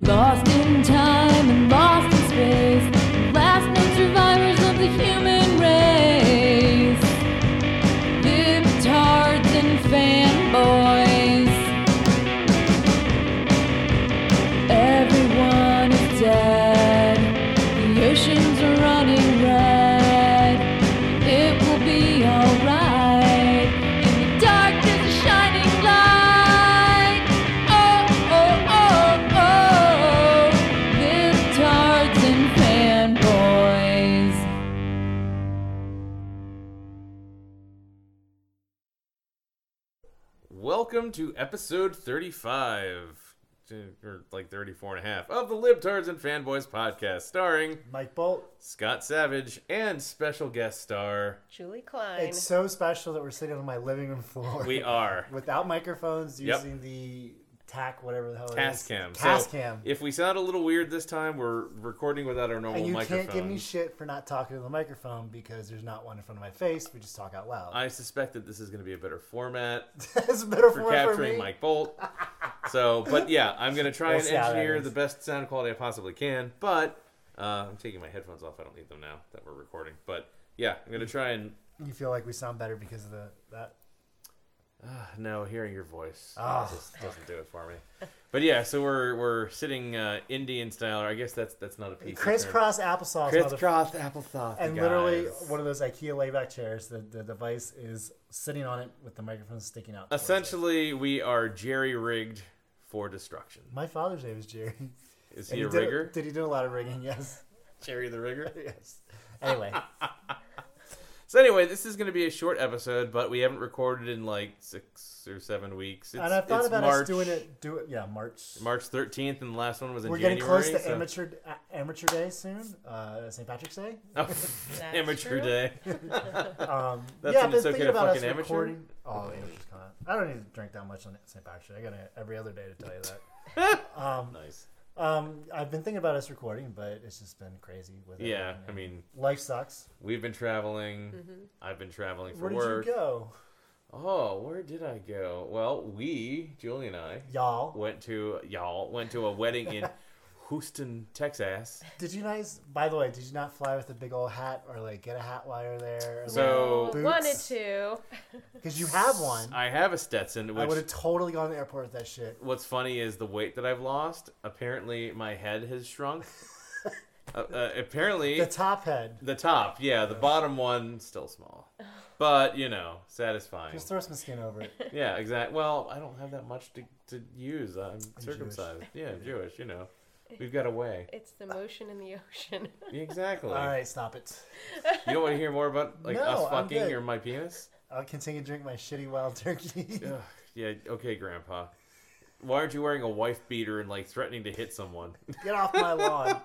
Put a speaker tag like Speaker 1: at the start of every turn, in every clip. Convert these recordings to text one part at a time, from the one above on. Speaker 1: Lost in time and lost in space, last known survivors of the human race. Libtards and fanboys. Everyone is dead. The oceans are running red. It will be alright. In the dark, there's a shining light. Oh, oh, oh, oh. Libtards and fanboys.
Speaker 2: Welcome to episode 35, to- or like 34 and a half, of the Libtards and Fanboys podcast, starring
Speaker 3: Mike Bolt.
Speaker 2: Scott Savage and special guest star.
Speaker 4: Julie Klein.
Speaker 3: It's so special that we're sitting on my living room floor.
Speaker 2: We are
Speaker 3: without microphones,
Speaker 2: Yep.
Speaker 3: using the TAC, whatever the hell it is.
Speaker 2: Cast Cam.
Speaker 3: Task
Speaker 2: So,
Speaker 3: cam.
Speaker 2: If we sound a little weird this time, we're recording without our normal
Speaker 3: and you
Speaker 2: microphone.
Speaker 3: can't give me shit for not talking to the microphone because there's not one in front of my face. We just talk out loud.
Speaker 2: I suspect that this is going to be a better format
Speaker 3: That's a better
Speaker 2: for
Speaker 3: form for
Speaker 2: capturing
Speaker 3: me.
Speaker 2: Mike Bolt. So, but yeah, I'm going to try
Speaker 3: We'll
Speaker 2: and
Speaker 3: see how that
Speaker 2: engineer
Speaker 3: is.
Speaker 2: the best sound quality I possibly can. But uh, I'm taking my headphones off. I don't need them now that we're recording. But yeah, I'm
Speaker 3: Mm.
Speaker 2: going to try and
Speaker 3: You feel like we sound better because of the that.
Speaker 2: No, hearing your voice
Speaker 3: Ah.
Speaker 2: just doesn't do it for me. But yeah, so we're we're sitting uh, Indian style, or I guess that's that's not a piece.
Speaker 3: Crisscross applesauce. motherfucker.
Speaker 2: crisscross applesauce,
Speaker 3: And literally
Speaker 2: guys.
Speaker 3: one of those IKEA layback chairs. The, the device is sitting on it with the microphone sticking out. towards it.
Speaker 2: Essentially, we are jerry rigged for destruction.
Speaker 3: my father's name is Jerry.
Speaker 2: Is
Speaker 3: And
Speaker 2: he a
Speaker 3: did,
Speaker 2: rigger?
Speaker 3: Did he do a lot of rigging? Yes.
Speaker 2: Jerry the rigger.
Speaker 3: yes. Anyway,
Speaker 2: So anyway, this is going to be a short episode, but we haven't recorded in like six or seven weeks. It's,
Speaker 3: and I thought
Speaker 2: it's
Speaker 3: about
Speaker 2: March,
Speaker 3: us doing it. Do it. Yeah, March.
Speaker 2: March 13th, and the last one was in
Speaker 3: We're
Speaker 2: January.
Speaker 3: getting close to
Speaker 2: so-
Speaker 3: amateur a- amateur day soon. Uh, St. Patrick's Day.
Speaker 2: Oh,
Speaker 4: That's
Speaker 2: amateur
Speaker 4: true.
Speaker 2: day.
Speaker 3: Um,
Speaker 2: That's
Speaker 3: yeah,
Speaker 2: when
Speaker 3: I've
Speaker 2: it's
Speaker 3: been
Speaker 2: okay
Speaker 3: thinking
Speaker 2: to
Speaker 3: about us
Speaker 2: fucking amateur?
Speaker 3: recording. Oh, amateur's con. I don't need to drink that much on St. Patrick's Day. I got it every other day to tell you that.
Speaker 2: Nice.
Speaker 3: Um, I've been thinking about us recording, but it's just been crazy. With
Speaker 2: Yeah,
Speaker 3: everything.
Speaker 2: I mean,
Speaker 3: life sucks.
Speaker 2: We've been traveling. I've been traveling for
Speaker 3: Where did
Speaker 2: work.
Speaker 3: you go,
Speaker 2: Oh, where did I go? Well, we, Julie and I,
Speaker 3: y'all?
Speaker 2: went to y'all went to a wedding in Houston, Texas.
Speaker 3: Did you guys? By the way, did you not fly with a big old hat or like get a hat while you're there? Or,
Speaker 2: So-
Speaker 4: Oh,
Speaker 3: Boots.
Speaker 4: wanted to.
Speaker 3: because you have one.
Speaker 2: I have a Stetson,
Speaker 3: I would
Speaker 2: which
Speaker 3: have totally gone to the airport with that shit.
Speaker 2: what's funny is the weight that I've lost. Apparently, my head has shrunk. uh, uh, apparently,
Speaker 3: The top head.
Speaker 2: the top, yeah, the bottom one still small, but you know, satisfying.
Speaker 3: Just throw some skin over it.
Speaker 2: Yeah, exactly. Well, I don't have that much to, to use. I'm, circumcised. Yeah, I'm Jewish. You know, we've got a way.
Speaker 4: It's the motion in the ocean.
Speaker 2: Exactly.
Speaker 3: All right, stop it.
Speaker 2: You don't want to hear more about like
Speaker 3: No,
Speaker 2: us
Speaker 3: I'm
Speaker 2: fucking
Speaker 3: good.
Speaker 2: or my penis?
Speaker 3: I'll continue to drink my shitty wild turkey.
Speaker 2: Ugh, yeah. Okay, Grandpa. Why aren't you wearing a wife beater and like threatening to hit someone?
Speaker 3: Get off my lawn.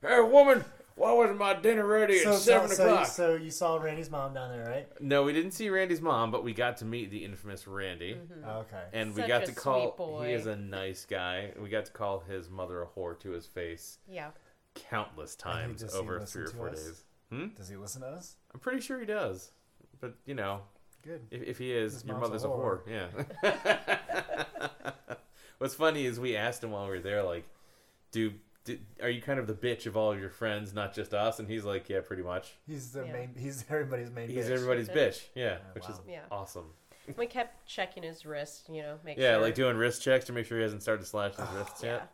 Speaker 2: hey, woman. Why wasn't my dinner ready
Speaker 3: so,
Speaker 2: at
Speaker 3: so,
Speaker 2: seven
Speaker 3: so,
Speaker 2: o'clock?
Speaker 3: so you saw Randy's mom down there, right?
Speaker 2: No, we didn't see Randy's mom, but we got to meet the infamous Randy,
Speaker 3: Okay.
Speaker 2: and we
Speaker 4: Mm-hmm. Such
Speaker 2: got
Speaker 4: a
Speaker 2: to
Speaker 4: sweet
Speaker 2: call.
Speaker 4: boy.
Speaker 2: He is a nice guy. We got to call his mother a whore to his face
Speaker 4: Yeah.
Speaker 2: countless times
Speaker 3: does he
Speaker 2: over
Speaker 3: listen
Speaker 2: three or
Speaker 3: to
Speaker 2: four
Speaker 3: us?
Speaker 2: days.
Speaker 3: Does he listen to us?
Speaker 2: I'm pretty sure he does, but you know,
Speaker 3: Good.
Speaker 2: If, if he is,
Speaker 3: His
Speaker 2: your
Speaker 3: mom's a
Speaker 2: mother's a whore.
Speaker 3: whore.
Speaker 2: Yeah. What's funny is we asked him while we were there, like, do, do are you kind of the bitch of all of your friends, not just us? And he's like, yeah, pretty much.
Speaker 3: He's the
Speaker 4: Yeah.
Speaker 3: main. He's everybody's main.
Speaker 2: He's
Speaker 3: bitch.
Speaker 2: everybody's bitch. Yeah, which is
Speaker 3: Oh, wow.
Speaker 4: Yeah.
Speaker 2: awesome.
Speaker 4: We kept checking his wrist, you know, make
Speaker 2: Yeah,
Speaker 4: sure.
Speaker 2: like doing wrist checks to make sure he hasn't started slashing his wrists
Speaker 4: yeah.
Speaker 2: yet.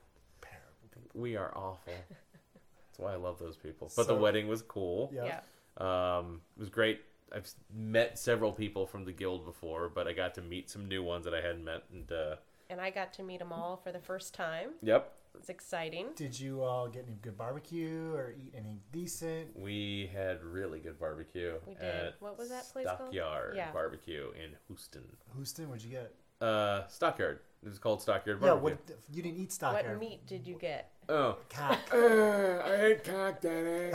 Speaker 2: We are awful. That's why I love those people. But the
Speaker 3: So-
Speaker 2: wedding was cool.
Speaker 3: Yeah.
Speaker 4: Yeah.
Speaker 2: Um, it was great. I've s- met several people from the guild before, but I got to meet some new ones that I hadn't met. And uh,
Speaker 4: And I got to meet them all for the first time.
Speaker 2: yep,
Speaker 4: It's exciting.
Speaker 3: Did you all get any good barbecue or eat anything decent?
Speaker 2: We had really good barbecue.
Speaker 4: We did.
Speaker 2: At
Speaker 4: What was that place called?
Speaker 2: Stockyard
Speaker 4: Yeah.
Speaker 2: Barbecue in Houston.
Speaker 3: Houston, what'd you get?
Speaker 2: Uh, Stockyard. It was called Stockyard
Speaker 3: Yeah,
Speaker 2: Barbecue.
Speaker 3: what you didn't eat stock
Speaker 4: What meat did you get?
Speaker 2: Oh.
Speaker 3: Cock.
Speaker 2: Uh, I hate cock, Daddy.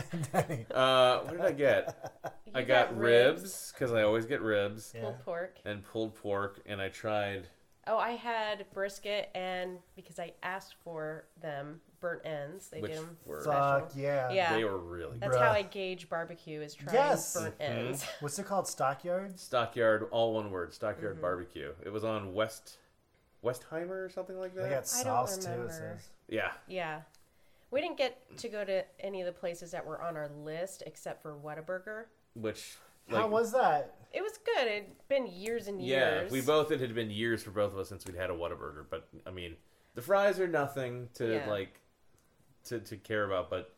Speaker 2: uh, what did I get?
Speaker 4: You
Speaker 2: I got, ribs because I always get ribs
Speaker 3: Yeah.
Speaker 4: pulled pork.
Speaker 2: and pulled pork, and I tried.
Speaker 4: Oh, I had brisket and because I asked for them, burnt ends. They
Speaker 2: Which
Speaker 4: did them
Speaker 2: were-
Speaker 3: Fuck
Speaker 4: special.
Speaker 3: yeah.
Speaker 4: Yeah.
Speaker 2: They were really good.
Speaker 4: That's how
Speaker 3: Bruh.
Speaker 4: I gauge barbecue is trying
Speaker 3: Yes.
Speaker 2: Mm-hmm.
Speaker 4: burnt ends.
Speaker 3: What's it called? Stockyards.
Speaker 2: Stockyard, all one word. Stockyard Barbecue. It was on West Westheimer or something like
Speaker 3: They
Speaker 2: that.
Speaker 3: got
Speaker 4: I don't
Speaker 3: sauce too. It
Speaker 4: remember.
Speaker 3: says.
Speaker 2: yeah,
Speaker 4: Yeah. We didn't get to go to any of the places that were on our list except for Whataburger.
Speaker 2: which like,
Speaker 3: How was that?
Speaker 4: It was good. It'd been years and
Speaker 2: yeah,
Speaker 4: years.
Speaker 2: we both it had been years for both of us since we'd had a Whataburger, but I mean the fries are nothing to
Speaker 4: Yeah.
Speaker 2: like to to care about, but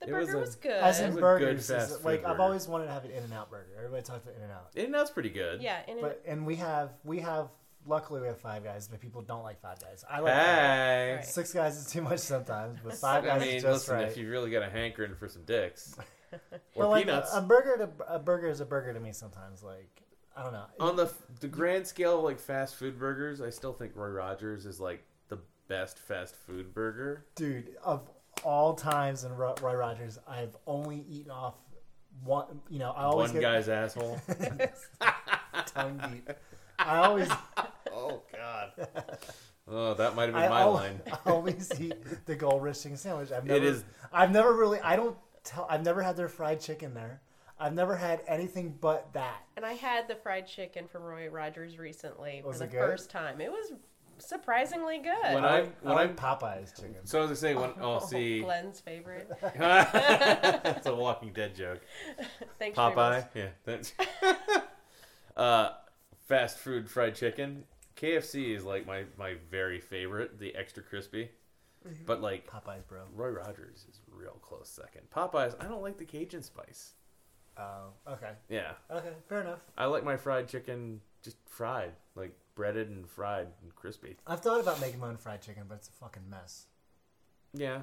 Speaker 4: The
Speaker 2: it was
Speaker 4: burger
Speaker 2: a-
Speaker 4: was, good.
Speaker 3: As
Speaker 2: uh, It
Speaker 3: in
Speaker 2: was a good
Speaker 3: burgers, is-
Speaker 2: fast food
Speaker 3: like I've
Speaker 2: burger.
Speaker 3: always wanted to have an In-N-Out burger. Everybody talks about In-N-Out,
Speaker 2: In and Out's pretty good.
Speaker 4: yeah, and it,
Speaker 3: but and we have we have luckily we have Five Guys, but people don't like Five Guys. I like Five Guys.
Speaker 2: Hey.
Speaker 4: Right.
Speaker 3: Six Guys is too much sometimes, but Five
Speaker 2: I
Speaker 3: Guys
Speaker 2: mean,
Speaker 3: is just
Speaker 2: listen,
Speaker 3: right.
Speaker 2: if you really got a hankering for some dicks
Speaker 3: but
Speaker 2: or
Speaker 3: like
Speaker 2: peanuts,
Speaker 3: a burger to a burger is a burger to me sometimes. Like I don't know.
Speaker 2: on the the grand scale of like fast food burgers, I still think Roy Rogers is like the best fast food burger.
Speaker 3: dude of all times in Roy, Roy Rogers, I've only eaten off one. You know, I always
Speaker 2: One
Speaker 3: get
Speaker 2: guy's asshole.
Speaker 3: tongue deep. I always,
Speaker 2: oh God. Oh, that might have been
Speaker 3: I,
Speaker 2: my
Speaker 3: al-
Speaker 2: line.
Speaker 3: I always eat the Gold Rishing sandwich. I've never,
Speaker 2: is-
Speaker 3: I've never really. I don't tell. I've never had their fried chicken there. I've never had anything but that.
Speaker 4: and I had the fried chicken from Roy Rogers recently
Speaker 3: Was
Speaker 4: for
Speaker 3: it
Speaker 4: the
Speaker 3: good?
Speaker 4: first time. It was surprisingly good.
Speaker 2: When I-
Speaker 3: I,
Speaker 2: I'm-
Speaker 3: like- I
Speaker 2: when
Speaker 3: like Popeyes chicken.
Speaker 2: So I was gonna say when oh see
Speaker 4: Glenn's favorite.
Speaker 2: it's a Walking Dead joke.
Speaker 4: Thanks,
Speaker 2: Popeye.
Speaker 4: Remus.
Speaker 2: Yeah. That's... uh, fast food fried chicken. KFC is like my my very favorite. The extra crispy,
Speaker 3: Mm-hmm.
Speaker 2: but like
Speaker 3: Popeyes, bro.
Speaker 2: Roy Rogers is real close second. Popeyes. I don't like the Cajun spice.
Speaker 3: Oh, okay,
Speaker 2: Yeah,
Speaker 3: okay, fair enough.
Speaker 2: I like my fried chicken just fried, like breaded and fried and crispy.
Speaker 3: I've thought about making my own fried chicken, but it's a fucking mess
Speaker 2: Yeah.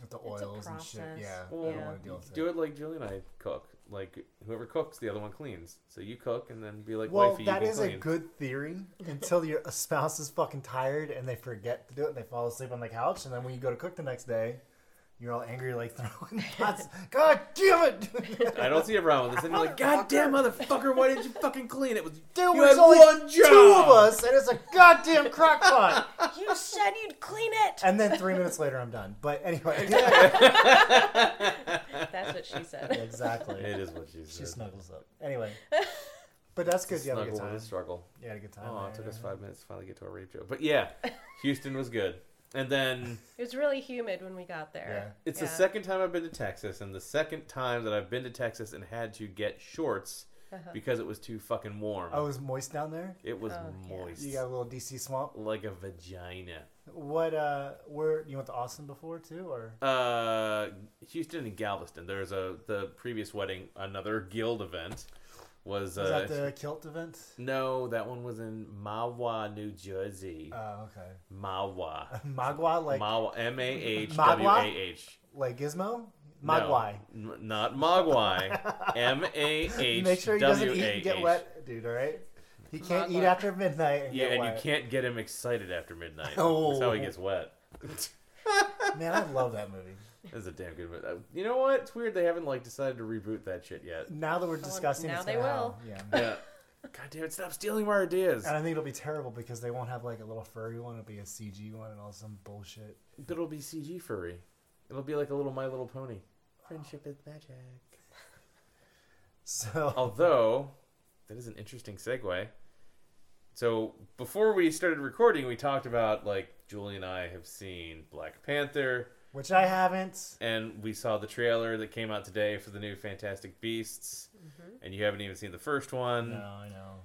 Speaker 3: with the
Speaker 4: It's a
Speaker 3: oils and shit.
Speaker 4: process.
Speaker 3: Yeah, I don't
Speaker 2: Well,
Speaker 3: want to deal with it.
Speaker 2: Do it like Julie and I cook. Like whoever cooks, the other one cleans. So you cook and then be like,
Speaker 3: Well,
Speaker 2: wifey,
Speaker 3: that
Speaker 2: you can
Speaker 3: is
Speaker 2: clean.
Speaker 3: a good theory until your spouse is fucking tired and they forget to do it and they fall asleep on the couch. And then when you go to cook the next day, you're all angry, like throwing pots. God damn it!
Speaker 2: I don't see a problem with this. And you're like, God damn, motherfucker, why didn't you fucking clean it? Was
Speaker 3: There
Speaker 2: You
Speaker 3: was
Speaker 2: had
Speaker 3: only
Speaker 2: one
Speaker 3: two
Speaker 2: job.
Speaker 3: of us, and it's a goddamn crock pot.
Speaker 4: You said you'd clean it.
Speaker 3: and then three minutes later, I'm done. But anyway,
Speaker 4: That's what she said.
Speaker 3: exactly.
Speaker 2: It is what she
Speaker 3: She
Speaker 2: said.
Speaker 3: snuggles up. Anyway, but that's good. You had a good
Speaker 2: Snuggle with
Speaker 3: time.
Speaker 2: a struggle.
Speaker 3: You had a good time.
Speaker 2: Oh,
Speaker 3: there.
Speaker 2: it took us five minutes to finally get to a rape joke. But yeah, Houston was good. And then
Speaker 4: It was really humid when we got there.
Speaker 2: it's the
Speaker 4: Yeah.
Speaker 2: second time I've been to Texas, and the second time that I've been to Texas and had to get shorts
Speaker 3: Uh-huh.
Speaker 2: because it was too fucking warm.
Speaker 3: I was moist down there.
Speaker 2: it was
Speaker 4: Oh, yeah.
Speaker 2: moist.
Speaker 3: Oh, You got a little DC swamp.
Speaker 2: Like a vagina.
Speaker 3: What? uh Where you went to Austin before too, or?
Speaker 2: uh, Houston and Galveston. There's a the previous wedding, another guild event was,
Speaker 3: Was
Speaker 2: uh,
Speaker 3: that the kilt event?
Speaker 2: no, that one was in Mawa, New Jersey.
Speaker 3: Oh, okay.
Speaker 2: Mawa,
Speaker 3: Magua, like
Speaker 2: Mawa, M A H W A H.
Speaker 3: like Gizmo,
Speaker 2: No,
Speaker 3: Magui.
Speaker 2: n- not Mogwai. M A
Speaker 3: You
Speaker 2: H
Speaker 3: Make sure he doesn't eat and get
Speaker 2: W A H.
Speaker 3: wet, dude. All right, he can't
Speaker 4: Magua.
Speaker 3: eat after midnight and
Speaker 2: Yeah,
Speaker 3: get
Speaker 2: and you
Speaker 3: wet.
Speaker 2: can't get him excited after midnight. That's
Speaker 3: Oh.
Speaker 2: how he gets wet.
Speaker 3: Man, I love that movie.
Speaker 2: That's a damn good movie. Uh, You know what? It's weird they haven't like decided to reboot that shit yet.
Speaker 3: Now that we're discussing,
Speaker 4: now
Speaker 3: it's
Speaker 4: they
Speaker 3: gonna
Speaker 4: will.
Speaker 3: happen. Yeah.
Speaker 2: Yeah. God damn it! Stop stealing my ideas.
Speaker 3: And I think it'll be terrible because they won't have like a little furry one; it'll be a CG one and all some bullshit.
Speaker 2: It'll be CG furry. It'll be like a little My Little Pony. Friendship is magic.
Speaker 3: So
Speaker 2: Oh. Although, that is an interesting segue. So before we started recording, we talked about like Julie and I have seen Black Panther,
Speaker 3: which I haven't.
Speaker 2: and we saw the trailer that came out today for the new Fantastic Beasts, and you haven't even seen the first one,
Speaker 3: No, I know.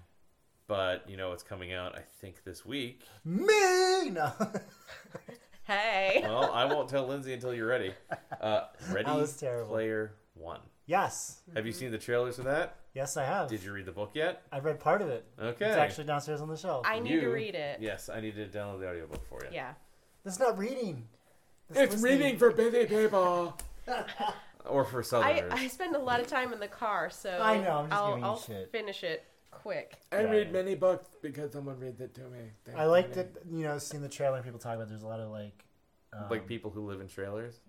Speaker 2: but you know it's coming out I think this week.
Speaker 3: Me no.
Speaker 4: Hey.
Speaker 2: Well, I won't tell Lindsay until you're ready. Uh, ready
Speaker 3: was terrible.
Speaker 2: Player One.
Speaker 3: yes,
Speaker 2: Have you seen the trailers for that?
Speaker 3: yes, I have.
Speaker 2: Did you read the book yet?
Speaker 3: I've read part of it.
Speaker 2: Okay.
Speaker 3: It's actually downstairs on the shelf.
Speaker 4: I need to
Speaker 2: You-
Speaker 4: read it.
Speaker 2: Yes, I need to download the audiobook for you.
Speaker 4: Yeah.
Speaker 3: That's not reading. That's listening.
Speaker 2: reading for busy people. or for
Speaker 4: I,
Speaker 2: Southerners.
Speaker 4: I spend a lot of time in the car, so
Speaker 3: I know, I'm just
Speaker 4: will
Speaker 3: giving you
Speaker 4: I'll
Speaker 3: shit.
Speaker 4: finish it quick.
Speaker 2: I,
Speaker 3: read
Speaker 2: many books because someone read it to me.
Speaker 3: I liked it. You know, seeing the trailer and people talking about. it, There's a lot of like. Um,
Speaker 2: Like people who live in trailers.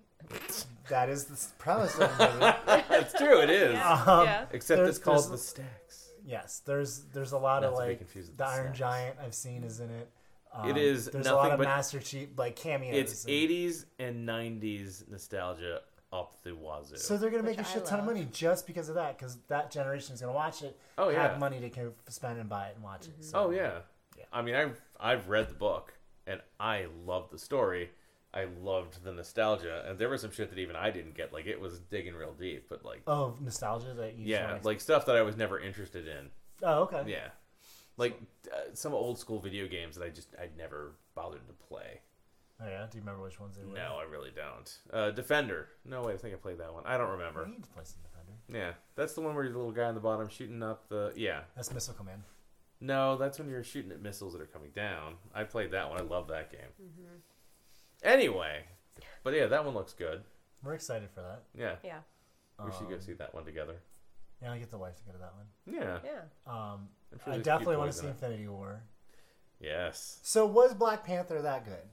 Speaker 3: that is the s- premise of the movie.
Speaker 2: That's true. It is.
Speaker 4: Yeah.
Speaker 3: Um,
Speaker 4: yeah.
Speaker 2: Ah, Except
Speaker 3: There's-
Speaker 2: it's called
Speaker 3: there's-
Speaker 2: the stacks.
Speaker 3: Yes, there's there's a lot of
Speaker 2: Not to be
Speaker 3: like
Speaker 2: confused with
Speaker 3: the
Speaker 2: the
Speaker 3: Iron
Speaker 2: Snacks.
Speaker 3: Giant I've seen is in it. Um,
Speaker 2: It is
Speaker 3: There's a
Speaker 2: nothing
Speaker 3: lot of
Speaker 2: but-
Speaker 3: Master Chief like cameos.
Speaker 2: It's
Speaker 3: and-
Speaker 2: 80s and 90s nostalgia up the wazoo.
Speaker 3: So they're gonna
Speaker 4: Which
Speaker 3: make a
Speaker 4: I
Speaker 3: shit ton of
Speaker 4: love.
Speaker 3: money just because of that, because that generation is gonna watch it.
Speaker 2: Oh,
Speaker 3: have
Speaker 2: yeah.
Speaker 4: Mm-hmm.
Speaker 3: money to co- spend and buy it and watch it. So.
Speaker 2: oh yeah. I mean, I've I've read the book. and I loved the story. I loved the nostalgia, and there was some shit that even I didn't get. Like it was digging real deep, but like
Speaker 3: Oh, nostalgia that you. just
Speaker 2: yeah,
Speaker 3: wanna-
Speaker 2: like stuff that I was never interested in.
Speaker 3: Oh, okay.
Speaker 2: Yeah, like uh, some old school video games that I just I never bothered to play.
Speaker 3: Oh, yeah. Do you remember which ones they were?
Speaker 2: No, I really don't. Uh, Defender. No, wait, I think I played that one. I don't remember.
Speaker 3: We need to play some Defender.
Speaker 2: Yeah, that's the one where you're the little guy on the bottom shooting up the. Yeah,
Speaker 3: That's Missile Command.
Speaker 2: no, that's when you're shooting at missiles that are coming down. I played that one. I love that game.
Speaker 3: Mm-hmm.
Speaker 2: Anyway, but yeah, that one looks good.
Speaker 3: We're excited for that. Um,
Speaker 2: Yeah,
Speaker 4: Yeah.
Speaker 2: we should go see that one together.
Speaker 3: Yeah, I get the wife to go to that one.
Speaker 2: Yeah,
Speaker 4: Yeah.
Speaker 3: Um,
Speaker 2: I'm sure
Speaker 3: I
Speaker 2: there's
Speaker 3: definitely
Speaker 2: people
Speaker 3: want
Speaker 2: in
Speaker 3: to see
Speaker 2: it.
Speaker 3: Infinity War.
Speaker 2: Yes,
Speaker 3: So was Black Panther that good?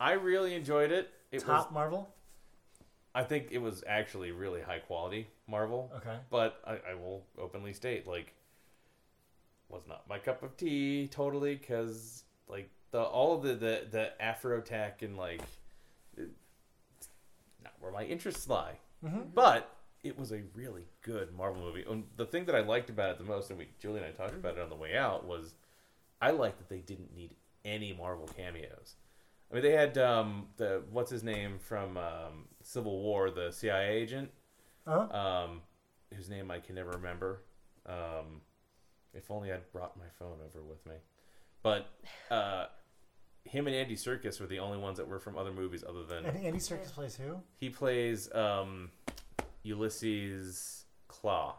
Speaker 2: I really enjoyed it. It was.
Speaker 3: Top Marvel.
Speaker 2: I think it was actually really high quality Marvel.
Speaker 3: Okay.
Speaker 2: But I, I will openly state, like, was not my cup of tea totally because like the all of the the the Afro tech and like it- it's not where my interests lie. But it was a really good Marvel movie. And the thing that I liked about it the most, and we Julie and I talked about it on the way out, was I liked that they didn't need any Marvel cameos. I mean, they had um, the what's his name from um, Civil War, the CIA agent
Speaker 3: Uh-huh.
Speaker 2: um, whose name I can never remember. Um, if only I'd brought my phone over with me. But uh, him and Andy Serkis were the only ones that were from other movies other
Speaker 3: And
Speaker 2: than
Speaker 3: Andy Serkis plays who?
Speaker 2: he plays um, Ulysses Claw,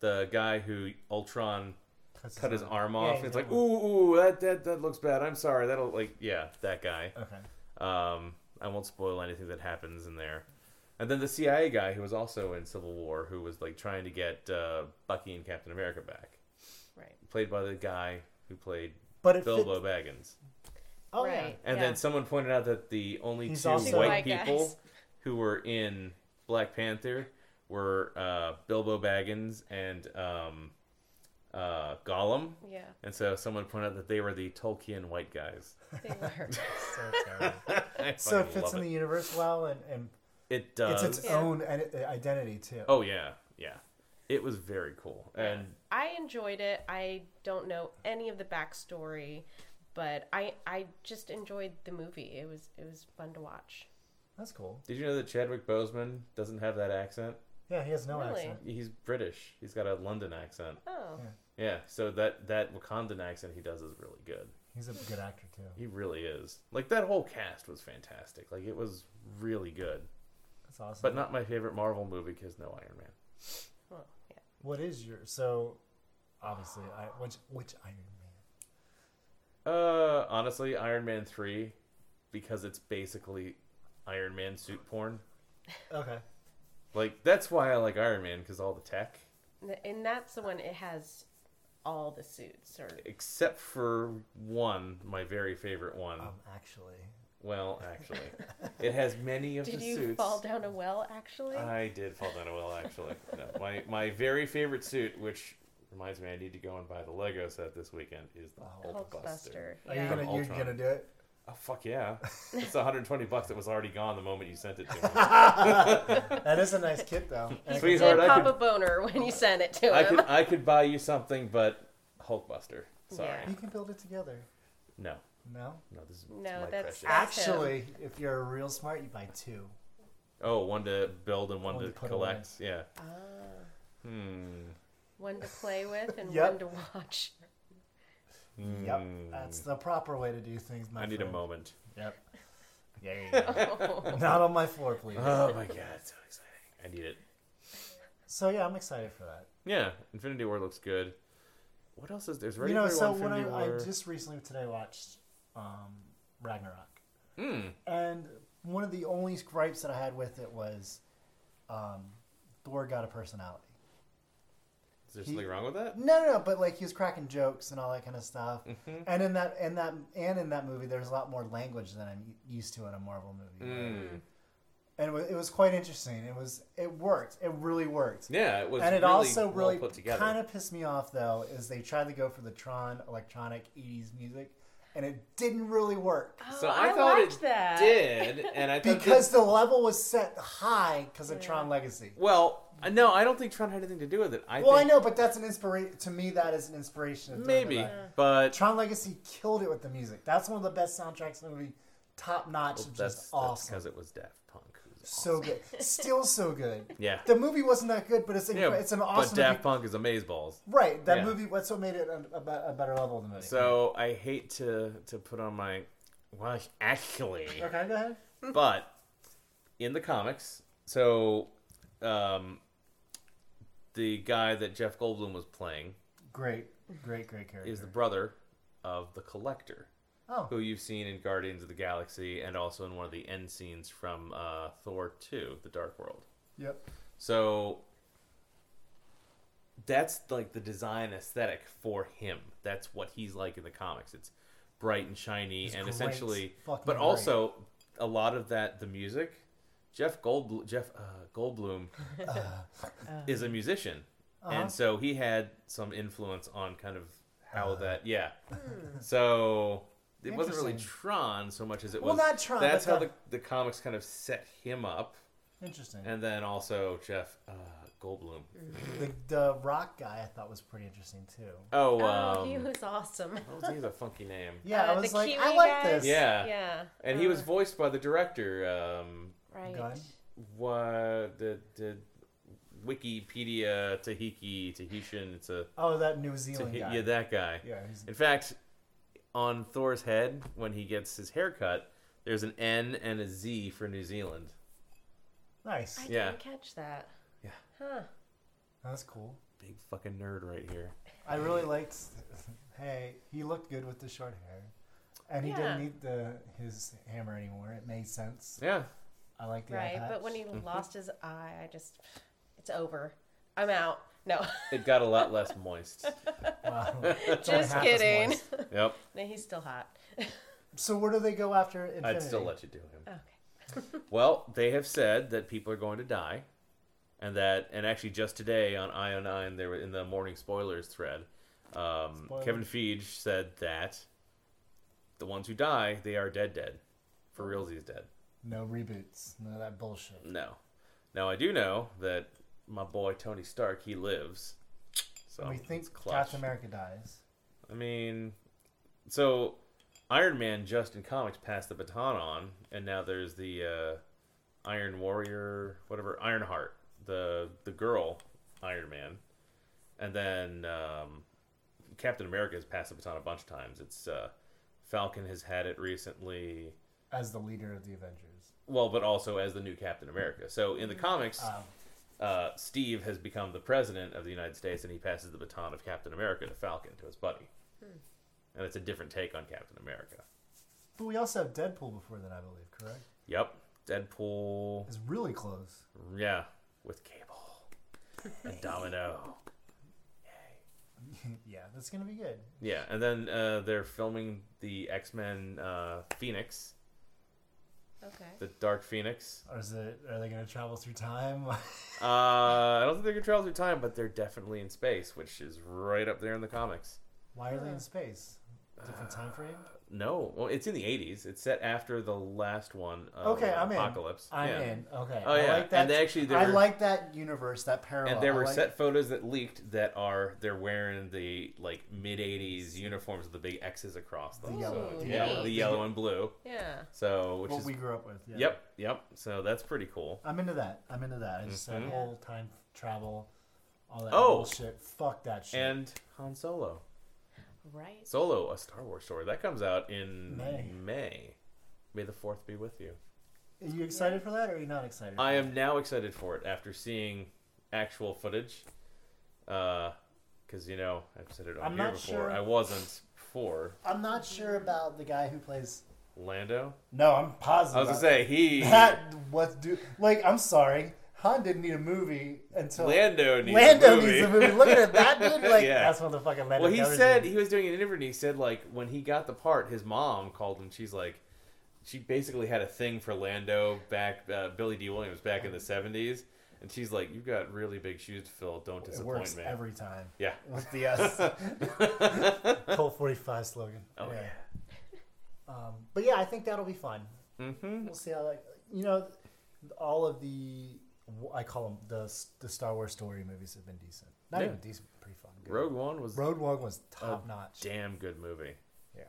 Speaker 2: the guy who Ultron
Speaker 3: That's
Speaker 2: cut his
Speaker 3: name.
Speaker 2: arm
Speaker 3: Yeah,
Speaker 2: off.
Speaker 3: he's
Speaker 2: and it's
Speaker 3: that
Speaker 2: like,
Speaker 3: one.
Speaker 2: ooh, ooh, that, that that looks bad. I'm sorry. That'll like, yeah, that guy.
Speaker 3: Okay.
Speaker 2: Um, I won't spoil anything that happens in there. And then the CIA guy who was also in Civil War, who was like trying to get uh, Bucky and Captain America back,
Speaker 4: Right.
Speaker 2: played by the guy who played
Speaker 3: But it
Speaker 2: Bilbo
Speaker 3: fit-
Speaker 2: Baggins.
Speaker 3: Oh yeah.
Speaker 4: right.
Speaker 2: And
Speaker 4: yeah.
Speaker 2: then someone pointed out that the only
Speaker 3: He's
Speaker 2: two
Speaker 3: also- Two
Speaker 2: white
Speaker 4: white
Speaker 2: people
Speaker 4: guys.
Speaker 2: who were in Black Panther were uh, Bilbo Baggins and um, uh, Gollum.
Speaker 4: Yeah.
Speaker 2: And so someone pointed out that they were the Tolkien white guys.
Speaker 4: They were.
Speaker 3: So, terrible.
Speaker 2: I
Speaker 3: so it
Speaker 2: fucking
Speaker 3: fits
Speaker 2: love
Speaker 3: in the universe well, and, and
Speaker 2: It
Speaker 3: it's
Speaker 2: does.
Speaker 3: its
Speaker 4: Yeah.
Speaker 3: own ed- identity too.
Speaker 2: Oh yeah, yeah. It was very cool, and
Speaker 4: I enjoyed it. I don't know any of the backstory, but I I just enjoyed the movie. It was it was fun to watch.
Speaker 3: That's cool.
Speaker 2: did you know that Chadwick Boseman doesn't have that accent?
Speaker 3: Yeah, he has no
Speaker 4: Really?
Speaker 3: accent.
Speaker 2: He's British. He's got a London accent.
Speaker 4: Oh,
Speaker 3: Yeah.
Speaker 2: Yeah, so that that Wakandan accent he does is really good.
Speaker 3: He's a good actor too.
Speaker 2: He really is. Like that whole cast was fantastic. Like it was really good.
Speaker 3: That's awesome.
Speaker 2: But not my favorite Marvel movie because no Iron Man.
Speaker 4: well, yeah.
Speaker 3: what is your so? Obviously, I which which Iron Man?
Speaker 2: Uh, honestly, Iron Man three, because it's basically Iron Man suit porn.
Speaker 3: Okay.
Speaker 2: Like that's why I like Iron Man because all the tech.
Speaker 4: And that's the one. It has all the suits. Or
Speaker 2: except for one, my very favorite one.
Speaker 3: Um, actually,
Speaker 2: well, actually, it has many of
Speaker 4: did
Speaker 2: the
Speaker 4: you
Speaker 2: suits.
Speaker 4: fall down a well? Actually,
Speaker 2: I did fall down a well, actually. No, my my very favorite suit, which reminds me, I need to go and buy the Lego set this weekend, is the
Speaker 3: Oh.
Speaker 2: Hulkbuster.
Speaker 4: Hulkbuster.
Speaker 3: are
Speaker 4: Yeah.
Speaker 3: you gonna you're
Speaker 2: Ultron.
Speaker 3: gonna do it?
Speaker 2: Oh fuck yeah! It's 120 bucks that was already gone the moment you sent it to me.
Speaker 3: That is a nice kit though. And
Speaker 4: Did
Speaker 2: Sweetheart, I
Speaker 4: pop
Speaker 2: could-
Speaker 4: a boner when you sent it to
Speaker 2: I
Speaker 4: him.
Speaker 2: could I could buy you something, but Hulkbuster. Sorry,
Speaker 4: Yeah.
Speaker 3: you can build it together.
Speaker 2: no,
Speaker 3: No.
Speaker 2: no, this is
Speaker 4: No,
Speaker 2: my
Speaker 4: that's-
Speaker 2: precious.
Speaker 4: That's him.
Speaker 3: actually, if you're real smart, you buy two.
Speaker 2: Oh, one to build and one,
Speaker 3: One
Speaker 2: to,
Speaker 3: to put
Speaker 2: collect. Yeah.
Speaker 4: Ah,
Speaker 2: Hmm.
Speaker 4: One to play with and
Speaker 3: Yep.
Speaker 4: one to watch.
Speaker 3: Yep, that's the proper way to do things. My
Speaker 2: Hmm. I need a
Speaker 3: friend.
Speaker 2: moment.
Speaker 3: Yep. There you go.
Speaker 4: Oh,
Speaker 3: Not on my floor, please.
Speaker 2: Oh my god, it's so exciting. I need it.
Speaker 3: So yeah, I'm excited for that.
Speaker 2: Yeah, Infinity War looks good. What else is there's ready
Speaker 3: you know,
Speaker 2: Player
Speaker 3: so
Speaker 2: One,
Speaker 3: when I,
Speaker 2: Infinity
Speaker 3: I
Speaker 2: War.
Speaker 3: just recently today watched um, Ragnarok,
Speaker 2: Hmm,
Speaker 3: and one of the only gripes that I had with it was um, Thor got a personality.
Speaker 2: Is there something wrong with that?
Speaker 3: No, no, no, but like he was cracking jokes and all that kind of stuff.
Speaker 2: Mm-hmm.
Speaker 3: And in that, and that, and in that movie, there's a lot more language than I'm used to in a Marvel movie.
Speaker 2: Mm.
Speaker 3: And it was, it was quite interesting. It was, it worked. It really worked.
Speaker 2: Yeah, it was
Speaker 3: and it
Speaker 2: really
Speaker 3: also
Speaker 2: well
Speaker 3: really
Speaker 2: put together.
Speaker 3: kind of pissed me off though is they tried to go for the tron electronic 80s music and it didn't really work
Speaker 2: so
Speaker 4: Oh, I
Speaker 2: thought
Speaker 4: liked
Speaker 2: it
Speaker 4: that.
Speaker 2: did, and I thought this-
Speaker 3: because the level was set high because of tron legacy
Speaker 2: well, Uh, No, I don't think Tron had anything to do with it. I
Speaker 3: Well, I
Speaker 2: think
Speaker 3: know, but that's an inspiration. To me, that is an inspiration. Of Throwing It
Speaker 2: maybe,
Speaker 3: Back.
Speaker 2: but
Speaker 3: Tron Legacy killed it with the music. That's one of the best soundtracks in the movie. Top notch,
Speaker 2: well,
Speaker 3: just
Speaker 2: that's
Speaker 3: awesome.
Speaker 2: because it was Daft Punk. who's
Speaker 3: so good, still so good.
Speaker 2: Yeah.
Speaker 3: The movie wasn't that good, but it's
Speaker 2: Yeah,
Speaker 3: it's an
Speaker 2: but
Speaker 3: awesome
Speaker 2: Daft Punk is amazeballs.
Speaker 3: right. That
Speaker 2: Yeah.
Speaker 3: movie. That's what made it a, a, be- a better level of the movie.
Speaker 2: So I hate to to put on my well, actually,
Speaker 3: okay, go ahead.
Speaker 2: but in the comics, so um, the guy that Jeff Goldblum was playing
Speaker 3: Great, great, great character.
Speaker 2: is the brother of the Collector,
Speaker 3: oh,
Speaker 2: who you've seen in Guardians of the Galaxy and also in one of the end scenes from uh, Thor Two: The Dark World.
Speaker 3: yep.
Speaker 2: So that's like the design aesthetic for him. That's what he's like in the comics. It's bright and shiny
Speaker 3: He's
Speaker 2: and
Speaker 3: great.
Speaker 2: essentially
Speaker 3: Fucking
Speaker 2: but
Speaker 3: great.
Speaker 2: also a lot of that the music Jeff Goldblum Jeff uh, Goldblum
Speaker 3: Uh.
Speaker 2: is a musician.
Speaker 3: Uh-huh.
Speaker 2: And so he had some influence on kind of how
Speaker 3: Uh.
Speaker 2: that yeah. So it wasn't really
Speaker 3: Interesting.
Speaker 2: Tron so much as it
Speaker 3: Well,
Speaker 2: was
Speaker 3: not Tron,
Speaker 2: That's
Speaker 3: but
Speaker 2: how
Speaker 3: the-
Speaker 2: the, the comics kind of set him up.
Speaker 3: Interesting.
Speaker 2: And then also Jeff uh, Goldblum.
Speaker 3: the, the rock guy I thought was pretty interesting too.
Speaker 2: Oh,
Speaker 4: Oh,
Speaker 2: um,
Speaker 4: he was awesome.
Speaker 2: what was he? The funky name.
Speaker 3: Yeah,
Speaker 4: Uh,
Speaker 3: I was
Speaker 4: the
Speaker 3: like,
Speaker 4: Kiwi
Speaker 3: I like
Speaker 4: guy?
Speaker 3: this.
Speaker 2: Yeah.
Speaker 4: Yeah.
Speaker 2: And he was
Speaker 4: uh,
Speaker 2: voiced by the director. Um,
Speaker 4: right.
Speaker 3: Gunn?
Speaker 2: what the the Wikipedia Tahiki Tahitian? It's a
Speaker 3: Oh, that New Zealand
Speaker 2: Tahi-
Speaker 3: guy.
Speaker 2: yeah, that guy.
Speaker 3: Yeah, he's-
Speaker 2: In fact, on Thor's head when he gets his hair cut, there's an N and a Z for New Zealand.
Speaker 3: nice. Oh,
Speaker 4: I didn't
Speaker 2: yeah.
Speaker 4: catch that.
Speaker 2: Yeah.
Speaker 4: Huh.
Speaker 3: That's cool.
Speaker 2: Big fucking nerd right here.
Speaker 3: I really liked. Hey, he looked good with the short hair, and he
Speaker 4: Yeah.
Speaker 3: didn't need the his hammer anymore. It made sense.
Speaker 2: Yeah,
Speaker 3: I like the eye
Speaker 4: Right. But
Speaker 3: patch.
Speaker 4: when he lost his eye, I just, it's over. I'm out. No,
Speaker 2: it got a lot less moist.
Speaker 3: Wow. It's only
Speaker 4: just
Speaker 3: half as
Speaker 4: kidding.
Speaker 3: moist.
Speaker 2: Yep,
Speaker 4: No, he's still hot.
Speaker 3: So where do they go after Infinity?
Speaker 2: I'd still let you do him.
Speaker 4: Okay.
Speaker 2: Well, they have said that people are going to die, and that, and actually, just today on IO9, there were in the morning spoilers thread, um,
Speaker 3: Spoiler.
Speaker 2: Kevin Feige said that the ones who die, they are dead, dead. For reals, he's dead.
Speaker 3: No reboots. None of that bullshit.
Speaker 2: No. Now I do know that my boy Tony Stark, he lives. So
Speaker 3: we
Speaker 2: it's
Speaker 3: think
Speaker 2: clutch.
Speaker 3: Captain America dies.
Speaker 2: I mean, so Iron Man just in comics passed the baton on, and now there's the uh, Iron Warrior, whatever Ironheart, the the girl Iron Man, and then um, Captain America has passed the baton a bunch of times. It's uh, Falcon has had it recently.
Speaker 3: as the leader of the Avengers.
Speaker 2: Well, but also as the new Captain America. So in the comics,
Speaker 3: Um,
Speaker 2: uh, Steve has become the president of the United States, and he passes the baton of Captain America to Falcon to his buddy. And it's a different take on Captain America.
Speaker 3: but we also have Deadpool before that, I believe, correct?
Speaker 2: Yep, Deadpool.
Speaker 3: It's really close.
Speaker 2: Yeah, with Cable and Domino.
Speaker 3: yeah, that's gonna be good.
Speaker 2: Yeah, and then uh, they're filming the X Men uh, Phoenix,
Speaker 4: Okay.
Speaker 2: the Dark Phoenix.
Speaker 3: Or is it? Are they gonna travel through time?
Speaker 2: Uh, I don't think they can travel through time, but they're definitely in space, which is right up there in the comics.
Speaker 3: Why are they in space? Different time frame.
Speaker 2: No, well, it's in the '80s. It's set after the last one. Uh,
Speaker 3: Okay, I'm in.
Speaker 2: Apocalypse.
Speaker 3: I'm
Speaker 2: Yeah.
Speaker 3: in. Okay.
Speaker 2: Oh, yeah,
Speaker 3: I
Speaker 2: and
Speaker 3: like that.
Speaker 2: they actually- they
Speaker 3: I
Speaker 2: were-
Speaker 3: like that universe, that parallel.
Speaker 2: And there
Speaker 3: Oh, I
Speaker 2: were
Speaker 3: like-
Speaker 2: set photos that leaked that are they're wearing the like mid '80s uniforms with the big X's across them.
Speaker 3: The yellow.
Speaker 4: Ooh,
Speaker 3: the
Speaker 2: Yeah,
Speaker 4: neat.
Speaker 2: the yellow and blue.
Speaker 4: Yeah.
Speaker 2: So, which
Speaker 3: What
Speaker 2: is
Speaker 3: we grew up with. Yeah.
Speaker 2: yep, yep. So that's pretty cool.
Speaker 3: I'm into that. I'm into that. I just
Speaker 2: Mhm.
Speaker 3: that whole time travel, all that
Speaker 2: Oh.
Speaker 3: bullshit. Fuck that shit.
Speaker 2: And Han Solo,
Speaker 4: Right.
Speaker 2: Solo, a Star Wars story that comes out in
Speaker 3: May.
Speaker 2: May. May the fourth be with you.
Speaker 3: are you excited for that, or are you not excited?
Speaker 2: I
Speaker 3: for
Speaker 2: am now excited for it after seeing actual footage. Because, you know, I've said it on
Speaker 3: I'm
Speaker 2: here
Speaker 3: not
Speaker 2: before.
Speaker 3: sure.
Speaker 2: I wasn't before
Speaker 3: it? I'm not sure about the guy who plays.
Speaker 2: Lando.
Speaker 3: No, I'm positive.
Speaker 2: I was going to say,
Speaker 3: about
Speaker 2: he.
Speaker 3: That what do like I'm sorry, Han didn't need a movie until
Speaker 2: Lando needs
Speaker 3: Lando
Speaker 2: a movie.
Speaker 3: needs a movie. Look at it, that dude like
Speaker 2: Yeah.
Speaker 3: that's motherfucking Lando.
Speaker 2: well, he
Speaker 3: Calrissian.
Speaker 2: said he was doing an interview. and He said like when he got the part, his mom called him. She's like, she basically had a thing for Lando back, uh, Billy D. Williams back in the seventies, and she's like, "You've got really big shoes to fill. Don't
Speaker 3: it
Speaker 2: disappoint
Speaker 3: works
Speaker 2: me."
Speaker 3: every time
Speaker 2: yeah.
Speaker 3: with the uh, Colt 45 slogan.
Speaker 2: Oh yeah.
Speaker 3: Um, but yeah, I think that'll be fun.
Speaker 2: Mm-hmm.
Speaker 3: We'll see how like you know all of the I call them the the Star Wars story movies have been decent. Not
Speaker 2: Yeah.
Speaker 3: even decent, pretty fun. good.
Speaker 2: Rogue One was
Speaker 3: Road One was top notch.
Speaker 2: damn good movie.
Speaker 3: Yeah.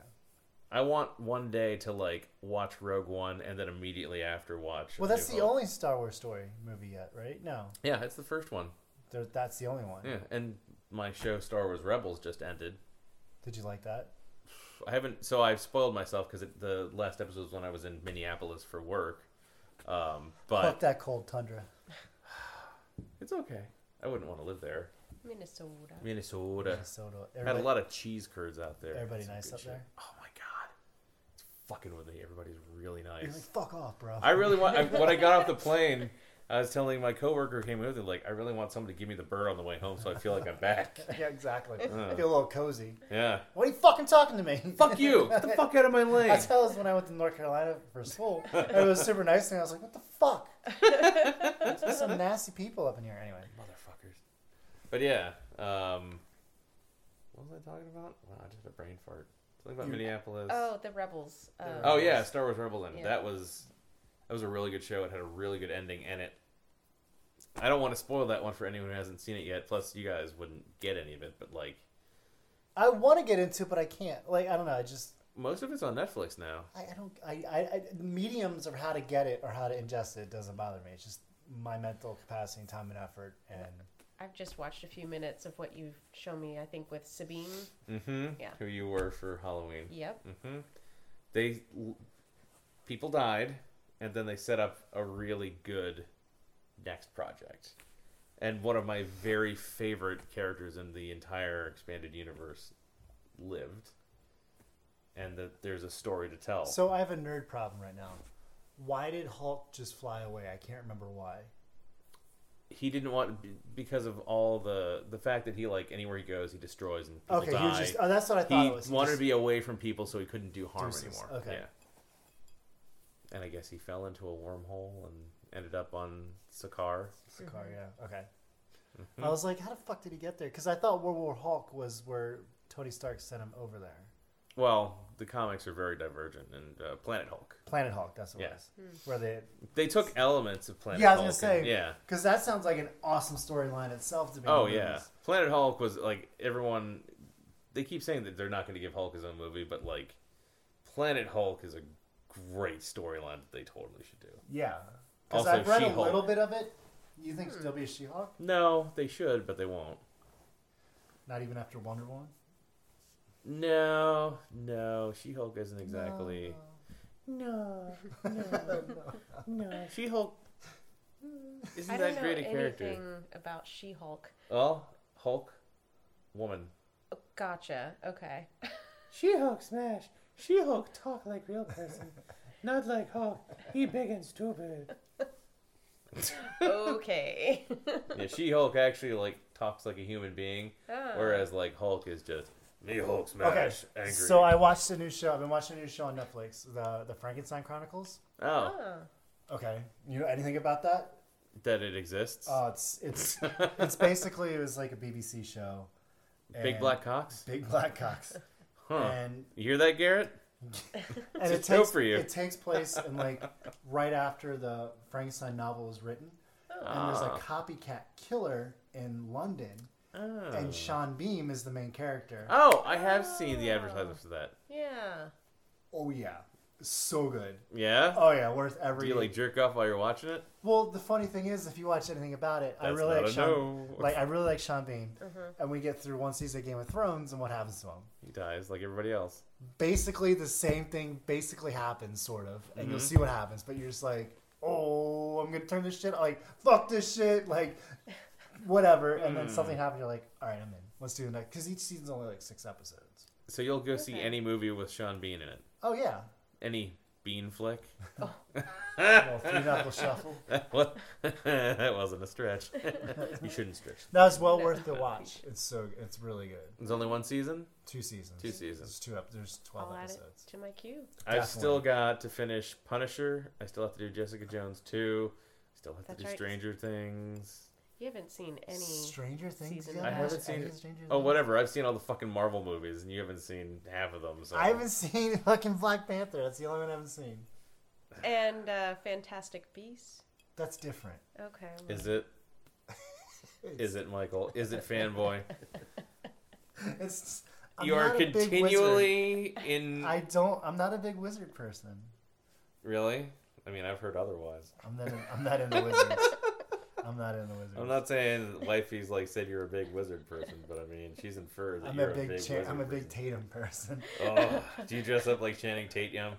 Speaker 2: I want one day to like watch Rogue One and then immediately after watch.
Speaker 3: Well,
Speaker 2: A
Speaker 3: that's
Speaker 2: New
Speaker 3: the
Speaker 2: Hope.
Speaker 3: only Star Wars story movie yet, right? No,
Speaker 2: Yeah, it's the first one.
Speaker 3: there- that's the only one.
Speaker 2: Yeah, and my show Star Wars Rebels just ended.
Speaker 3: Did you like that?
Speaker 2: I haven't, so I've spoiled myself because the last episode was when I was in Minneapolis for work. Um,
Speaker 3: Fuck
Speaker 2: but
Speaker 3: that cold tundra.
Speaker 2: it's okay. I wouldn't want to live there.
Speaker 4: Minnesota.
Speaker 2: Minnesota
Speaker 3: Minnesota.
Speaker 2: had a
Speaker 3: Everybody,
Speaker 2: lot of cheese curds out there.
Speaker 3: everybody
Speaker 2: Some
Speaker 3: nice
Speaker 2: good
Speaker 3: up
Speaker 2: shit.
Speaker 3: there?
Speaker 2: Oh my god, it's fucking with me. Everybody's really
Speaker 3: You're
Speaker 2: nice.
Speaker 3: like, fuck off, bro.
Speaker 2: I really want. I, when I got off the plane, I was telling my coworker who came with me, like, I really want somebody to give me the bird on the way home, so I feel like I'm back.
Speaker 3: yeah, exactly.
Speaker 2: Uh.
Speaker 3: I feel a little cozy.
Speaker 2: Yeah.
Speaker 3: What are you fucking talking to me?
Speaker 2: Fuck you! Get the fuck out of my lane.
Speaker 3: That's how it was when I went to North Carolina for school. it was super nice, and I was like, what the fuck? There's some nasty people up in here, anyway.
Speaker 2: Motherfuckers. But yeah. Um, what was I talking about? Wow, I just had a brain fart. Something about
Speaker 3: You-
Speaker 2: Minneapolis.
Speaker 4: Oh, the rebels. Um,
Speaker 2: Oh, yeah, Star Wars Rebel End.
Speaker 4: Yeah.
Speaker 2: That was that was a really good show. It had a really good ending, and it. I don't want to spoil that one for anyone who hasn't seen it yet. Plus, you guys wouldn't get any of it. But like,
Speaker 3: I want to get into it, but I can't. Like, I don't know. I just,
Speaker 2: most of it's on Netflix now.
Speaker 3: I, I don't, I, I, I, mediums of how to get it or how to ingest it, doesn't bother me. It's just my mental capacity, and time, and effort. And
Speaker 4: I've just watched a few minutes of what you've shown me. I think with Sabine.
Speaker 2: Mm-hmm.
Speaker 4: Yeah.
Speaker 2: Who you were for Halloween?
Speaker 4: Yep.
Speaker 2: hmm They l- people died, and then they set up a really good next project. And one of my very favorite characters in the entire expanded universe lived, and that there's a story to tell.
Speaker 3: so I have a nerd problem right now. Why did Hulk just fly away? I can't remember why.
Speaker 2: he didn't want b- because of all the the fact that he like anywhere he goes, he destroys and people
Speaker 3: okay,
Speaker 2: die.
Speaker 3: he was just, oh, that's what I thought
Speaker 2: he
Speaker 3: it was. He
Speaker 2: wanted
Speaker 3: just-
Speaker 2: to be away from people so he couldn't do harm
Speaker 3: Do sus-
Speaker 2: anymore.
Speaker 3: okay.
Speaker 2: Yeah. And I guess he fell into a wormhole and ended up on Sakaar.
Speaker 3: The car, yeah. Okay.
Speaker 2: Mm-hmm.
Speaker 3: I was like, how the fuck did he get there? Because I thought World War Hulk was where Tony Stark sent him over there.
Speaker 2: Well, the comics are very divergent, and uh, Planet Hulk.
Speaker 3: Planet Hulk, that's what it
Speaker 2: Yes.
Speaker 3: was. Where they,
Speaker 2: They took elements of Planet
Speaker 3: yeah, I was
Speaker 2: Hulk.
Speaker 3: gonna say,
Speaker 2: and- yeah.
Speaker 3: because that sounds like an awesome storyline itself to be. in
Speaker 2: Oh
Speaker 3: the
Speaker 2: yeah,
Speaker 3: movies.
Speaker 2: Planet Hulk was like everyone. They keep saying that they're not going to give Hulk his own movie, but like, Planet Hulk is a great storyline that they totally should do.
Speaker 3: yeah. Because
Speaker 2: Also,
Speaker 3: I've read a
Speaker 2: She-Hulk.
Speaker 3: little bit of it. You think there'll be a She-Hulk?
Speaker 2: No, they should, but they won't.
Speaker 3: Not even after Wonder Woman.
Speaker 2: No, no, She Hulk isn't exactly. No, no, no. She Hulk
Speaker 4: I
Speaker 2: isn't
Speaker 4: Hmm. don't
Speaker 2: that
Speaker 4: know
Speaker 2: great a
Speaker 4: anything
Speaker 2: character.
Speaker 4: about She-Hulk.
Speaker 2: Well, Hulk, woman.
Speaker 4: Oh, gotcha. Okay.
Speaker 2: She Hulk smash. She Hulk talk like real person, not like Hulk. He big and stupid.
Speaker 4: okay.
Speaker 2: Yeah, She Hulk actually like talks like a human being,
Speaker 4: Ah.
Speaker 2: whereas like Hulk is just me Hulk
Speaker 3: Okay.
Speaker 2: smash angry.
Speaker 3: So I watched a new show. I've been watching a new show on Netflix, the the Frankenstein Chronicles.
Speaker 2: oh
Speaker 4: Ah.
Speaker 3: Okay. You know anything about that?
Speaker 2: that it exists.
Speaker 3: Oh, it's it's it's basically it was like a BBC show.
Speaker 2: big
Speaker 3: and-
Speaker 2: black cocks.
Speaker 3: Big black cocks.
Speaker 2: Huh.
Speaker 3: And
Speaker 2: You hear that, Garrett?
Speaker 3: and it
Speaker 2: It's a show
Speaker 3: takes
Speaker 2: for you.
Speaker 3: it takes place in like right after the Frankenstein novel was written, and there's
Speaker 2: Ah.
Speaker 3: a copycat killer in London,
Speaker 2: Oh.
Speaker 3: and Sean Beam is the main character.
Speaker 2: Oh, I have seen the advertisements for that.
Speaker 4: Yeah.
Speaker 3: Oh yeah, so good.
Speaker 2: Yeah?
Speaker 3: Oh yeah, worth
Speaker 2: Do
Speaker 3: every.
Speaker 2: you like jerk off while you're watching it?
Speaker 3: well, the funny thing is, if you watch anything about it, I
Speaker 2: That's
Speaker 3: really
Speaker 2: not
Speaker 3: like
Speaker 2: a
Speaker 3: Sean.
Speaker 2: no.
Speaker 3: Like I really like Sean Beam,
Speaker 4: Mm-hmm.
Speaker 3: and we get through one season of Game of Thrones, and what happens to him?
Speaker 2: He dies like everybody else.
Speaker 3: basically the same thing basically happens sort of and
Speaker 2: Mm-hmm.
Speaker 3: you'll see what happens but you're just like oh i'm gonna turn this shit like fuck this shit like whatever and
Speaker 2: Hmm.
Speaker 3: then something happens you're like all right i'm in let's do the next because each season's only like six episodes
Speaker 2: So you'll go see
Speaker 4: Okay.
Speaker 2: any movie with Sean Bean in it.
Speaker 3: oh yeah
Speaker 2: Any Bean flick?
Speaker 3: well, three knuckle shuffle
Speaker 2: that wa- that wasn't a stretch. you shouldn't stretch.
Speaker 3: that's well worth the watch it's so it's really good
Speaker 2: There's only one season?
Speaker 3: two seasons
Speaker 2: Two seasons.
Speaker 3: there's two up there's 12
Speaker 4: I'll add it
Speaker 3: episodes
Speaker 4: to my queue.
Speaker 2: I've still got to finish Punisher. I still have to do Jessica Jones 2. I still have
Speaker 4: That's
Speaker 2: to do
Speaker 4: right.
Speaker 2: Stranger Things.
Speaker 4: You haven't seen any.
Speaker 3: stranger things
Speaker 4: season
Speaker 3: you
Speaker 4: I
Speaker 3: haven't
Speaker 4: haven't
Speaker 3: watched
Speaker 2: seen
Speaker 3: any
Speaker 2: it.
Speaker 3: Stranger
Speaker 2: Oh,
Speaker 4: Mm-hmm.
Speaker 3: Things?
Speaker 2: whatever. I've seen all the fucking Marvel movies, and you haven't seen half of them. So.
Speaker 3: i haven't seen fucking black panther that's the only one i haven't seen
Speaker 4: And uh, Fantastic Beasts.
Speaker 3: That's different.
Speaker 4: Okay.
Speaker 2: Is it? Is it Michael? Is it fanboy?
Speaker 3: It's I'm
Speaker 2: you are
Speaker 3: not a big wizard.
Speaker 2: continually in.
Speaker 3: I don't. I'm not a big wizard person.
Speaker 2: Really? I mean, I've heard otherwise.
Speaker 3: I'm not. I'm not into wizards. I'm not into wizards.
Speaker 2: I'm not saying Lifey's like said you're a big wizard person, but I mean she's inferred that
Speaker 3: I'm
Speaker 2: you're
Speaker 3: a big. Cha-
Speaker 2: wizard
Speaker 3: I'm a big
Speaker 2: person.
Speaker 3: Tatum person.
Speaker 2: Oh, do you dress up like Channing Tatum?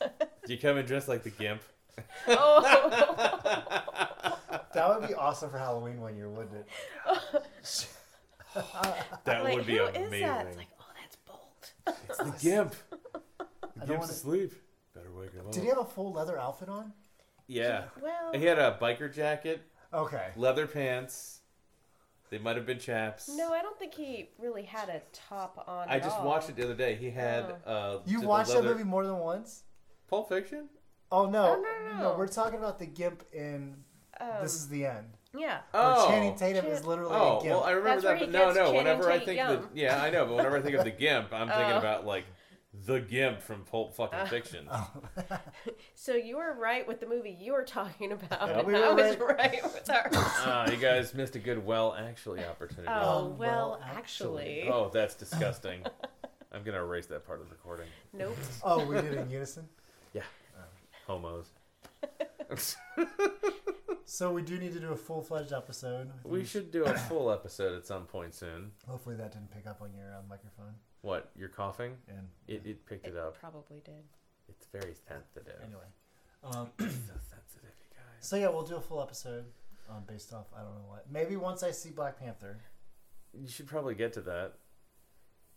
Speaker 2: Do you come and dress like the Gimp?
Speaker 4: Oh,
Speaker 3: That would be awesome for Halloween one year, wouldn't it?
Speaker 2: That
Speaker 4: oh. like,
Speaker 2: would be
Speaker 4: who is
Speaker 2: amazing.
Speaker 4: that? It's like, oh, that's bold.
Speaker 3: It's
Speaker 2: the
Speaker 3: nice.
Speaker 2: Gimp.
Speaker 3: I
Speaker 2: The
Speaker 3: don't
Speaker 2: Gimp's
Speaker 3: want to.
Speaker 2: asleep. Better wake him up.
Speaker 3: Did he have a full leather outfit on?
Speaker 2: yeah,
Speaker 4: Well,
Speaker 2: he had a biker jacket,
Speaker 3: Okay.
Speaker 2: leather pants. They might have been chaps.
Speaker 4: no, I don't think he really had a top on.
Speaker 2: I
Speaker 4: at
Speaker 2: just
Speaker 4: all.
Speaker 2: watched it the other day. He had uh,
Speaker 3: You
Speaker 2: the
Speaker 3: watched
Speaker 2: leather-
Speaker 3: that movie more than once?
Speaker 2: Pulp Fiction.
Speaker 3: Oh no.
Speaker 4: Oh, no, no, no.
Speaker 3: we're talking about the Gimp in
Speaker 4: Um,
Speaker 3: This is the End.
Speaker 4: yeah.
Speaker 3: Where
Speaker 2: Oh,
Speaker 3: Channing Tatum is
Speaker 4: Chan-
Speaker 3: literally
Speaker 2: Oh
Speaker 3: a Gimp.
Speaker 2: well, I remember
Speaker 4: That's where
Speaker 2: that.
Speaker 4: he
Speaker 2: But no,
Speaker 4: gets
Speaker 2: no.
Speaker 4: Channing
Speaker 2: Whenever I
Speaker 4: Tatum
Speaker 2: think
Speaker 4: young.
Speaker 2: the yeah, I know. But whenever I think of the Gimp, I'm thinking
Speaker 4: Oh.
Speaker 2: about like the Gimp from Pulp fucking Fiction.
Speaker 4: So you were right with the movie you were talking about.
Speaker 3: Yeah,
Speaker 4: and
Speaker 3: we
Speaker 4: I
Speaker 3: were
Speaker 4: was
Speaker 3: right.
Speaker 4: right, with Oh, ours.
Speaker 2: Ah, you guys missed a good well actually opportunity.
Speaker 4: Oh,
Speaker 3: Um, well,
Speaker 4: well,
Speaker 3: actually.
Speaker 4: actually.
Speaker 2: Oh, that's disgusting. I'm gonna erase that part of the recording.
Speaker 4: Nope.
Speaker 3: oh, we did it in unison.
Speaker 2: Homos.
Speaker 3: So we do need to do a full fledged episode.
Speaker 2: we should do a full episode at some point soon.
Speaker 3: Hopefully that didn't pick up on your uh, microphone.
Speaker 2: What? You're coughing?
Speaker 3: And
Speaker 2: It, it picked it
Speaker 4: It
Speaker 2: up.
Speaker 4: probably did.
Speaker 2: It's very sensitive.
Speaker 3: anyway, um,
Speaker 2: So sensitive, you guys.
Speaker 3: so yeah, we'll do a full episode um, based off I don't know what. Maybe once I see Black Panther.
Speaker 2: You should probably get to that.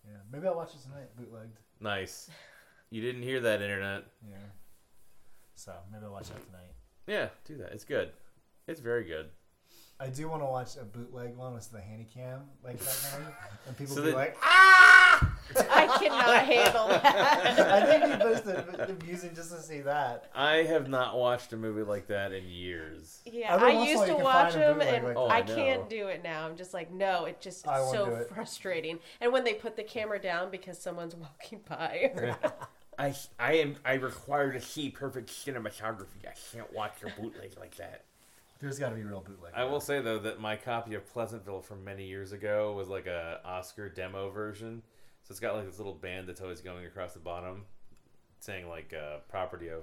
Speaker 3: Yeah, maybe I'll watch it tonight, bootlegged.
Speaker 2: Nice. You didn't hear that, internet.
Speaker 3: Yeah. So maybe I'll watch that tonight.
Speaker 2: Yeah, do that. It's good. It's very good.
Speaker 3: I do want to watch a bootleg one with the handy cam like that guy, and people
Speaker 2: So
Speaker 3: be
Speaker 2: that-
Speaker 3: like, "Ah!"
Speaker 4: I cannot handle that.
Speaker 3: I think it'd be most am- amusing just to see that.
Speaker 2: I have not watched a movie like that in years.
Speaker 4: Yeah,
Speaker 3: Every
Speaker 4: I
Speaker 3: once in a while
Speaker 4: used
Speaker 3: you
Speaker 4: to
Speaker 3: can
Speaker 4: watch
Speaker 3: find a
Speaker 4: them,
Speaker 3: bootleg
Speaker 4: and
Speaker 3: like
Speaker 2: that. Oh, I
Speaker 4: I can't
Speaker 2: know.
Speaker 4: do it now. I'm just like, no, it just
Speaker 3: I
Speaker 4: it's
Speaker 3: won't do
Speaker 4: so
Speaker 3: it.
Speaker 4: frustrating. And when they put the camera down because someone's walking by,
Speaker 2: I I am I require to see perfect cinematography. I can't watch a bootleg like that.
Speaker 3: There's got to be real bootleg.
Speaker 2: I will say though that my copy of Pleasantville from many years ago was like a Oscar demo version. So it's got like this little band that's always going across the bottom, saying like uh, property of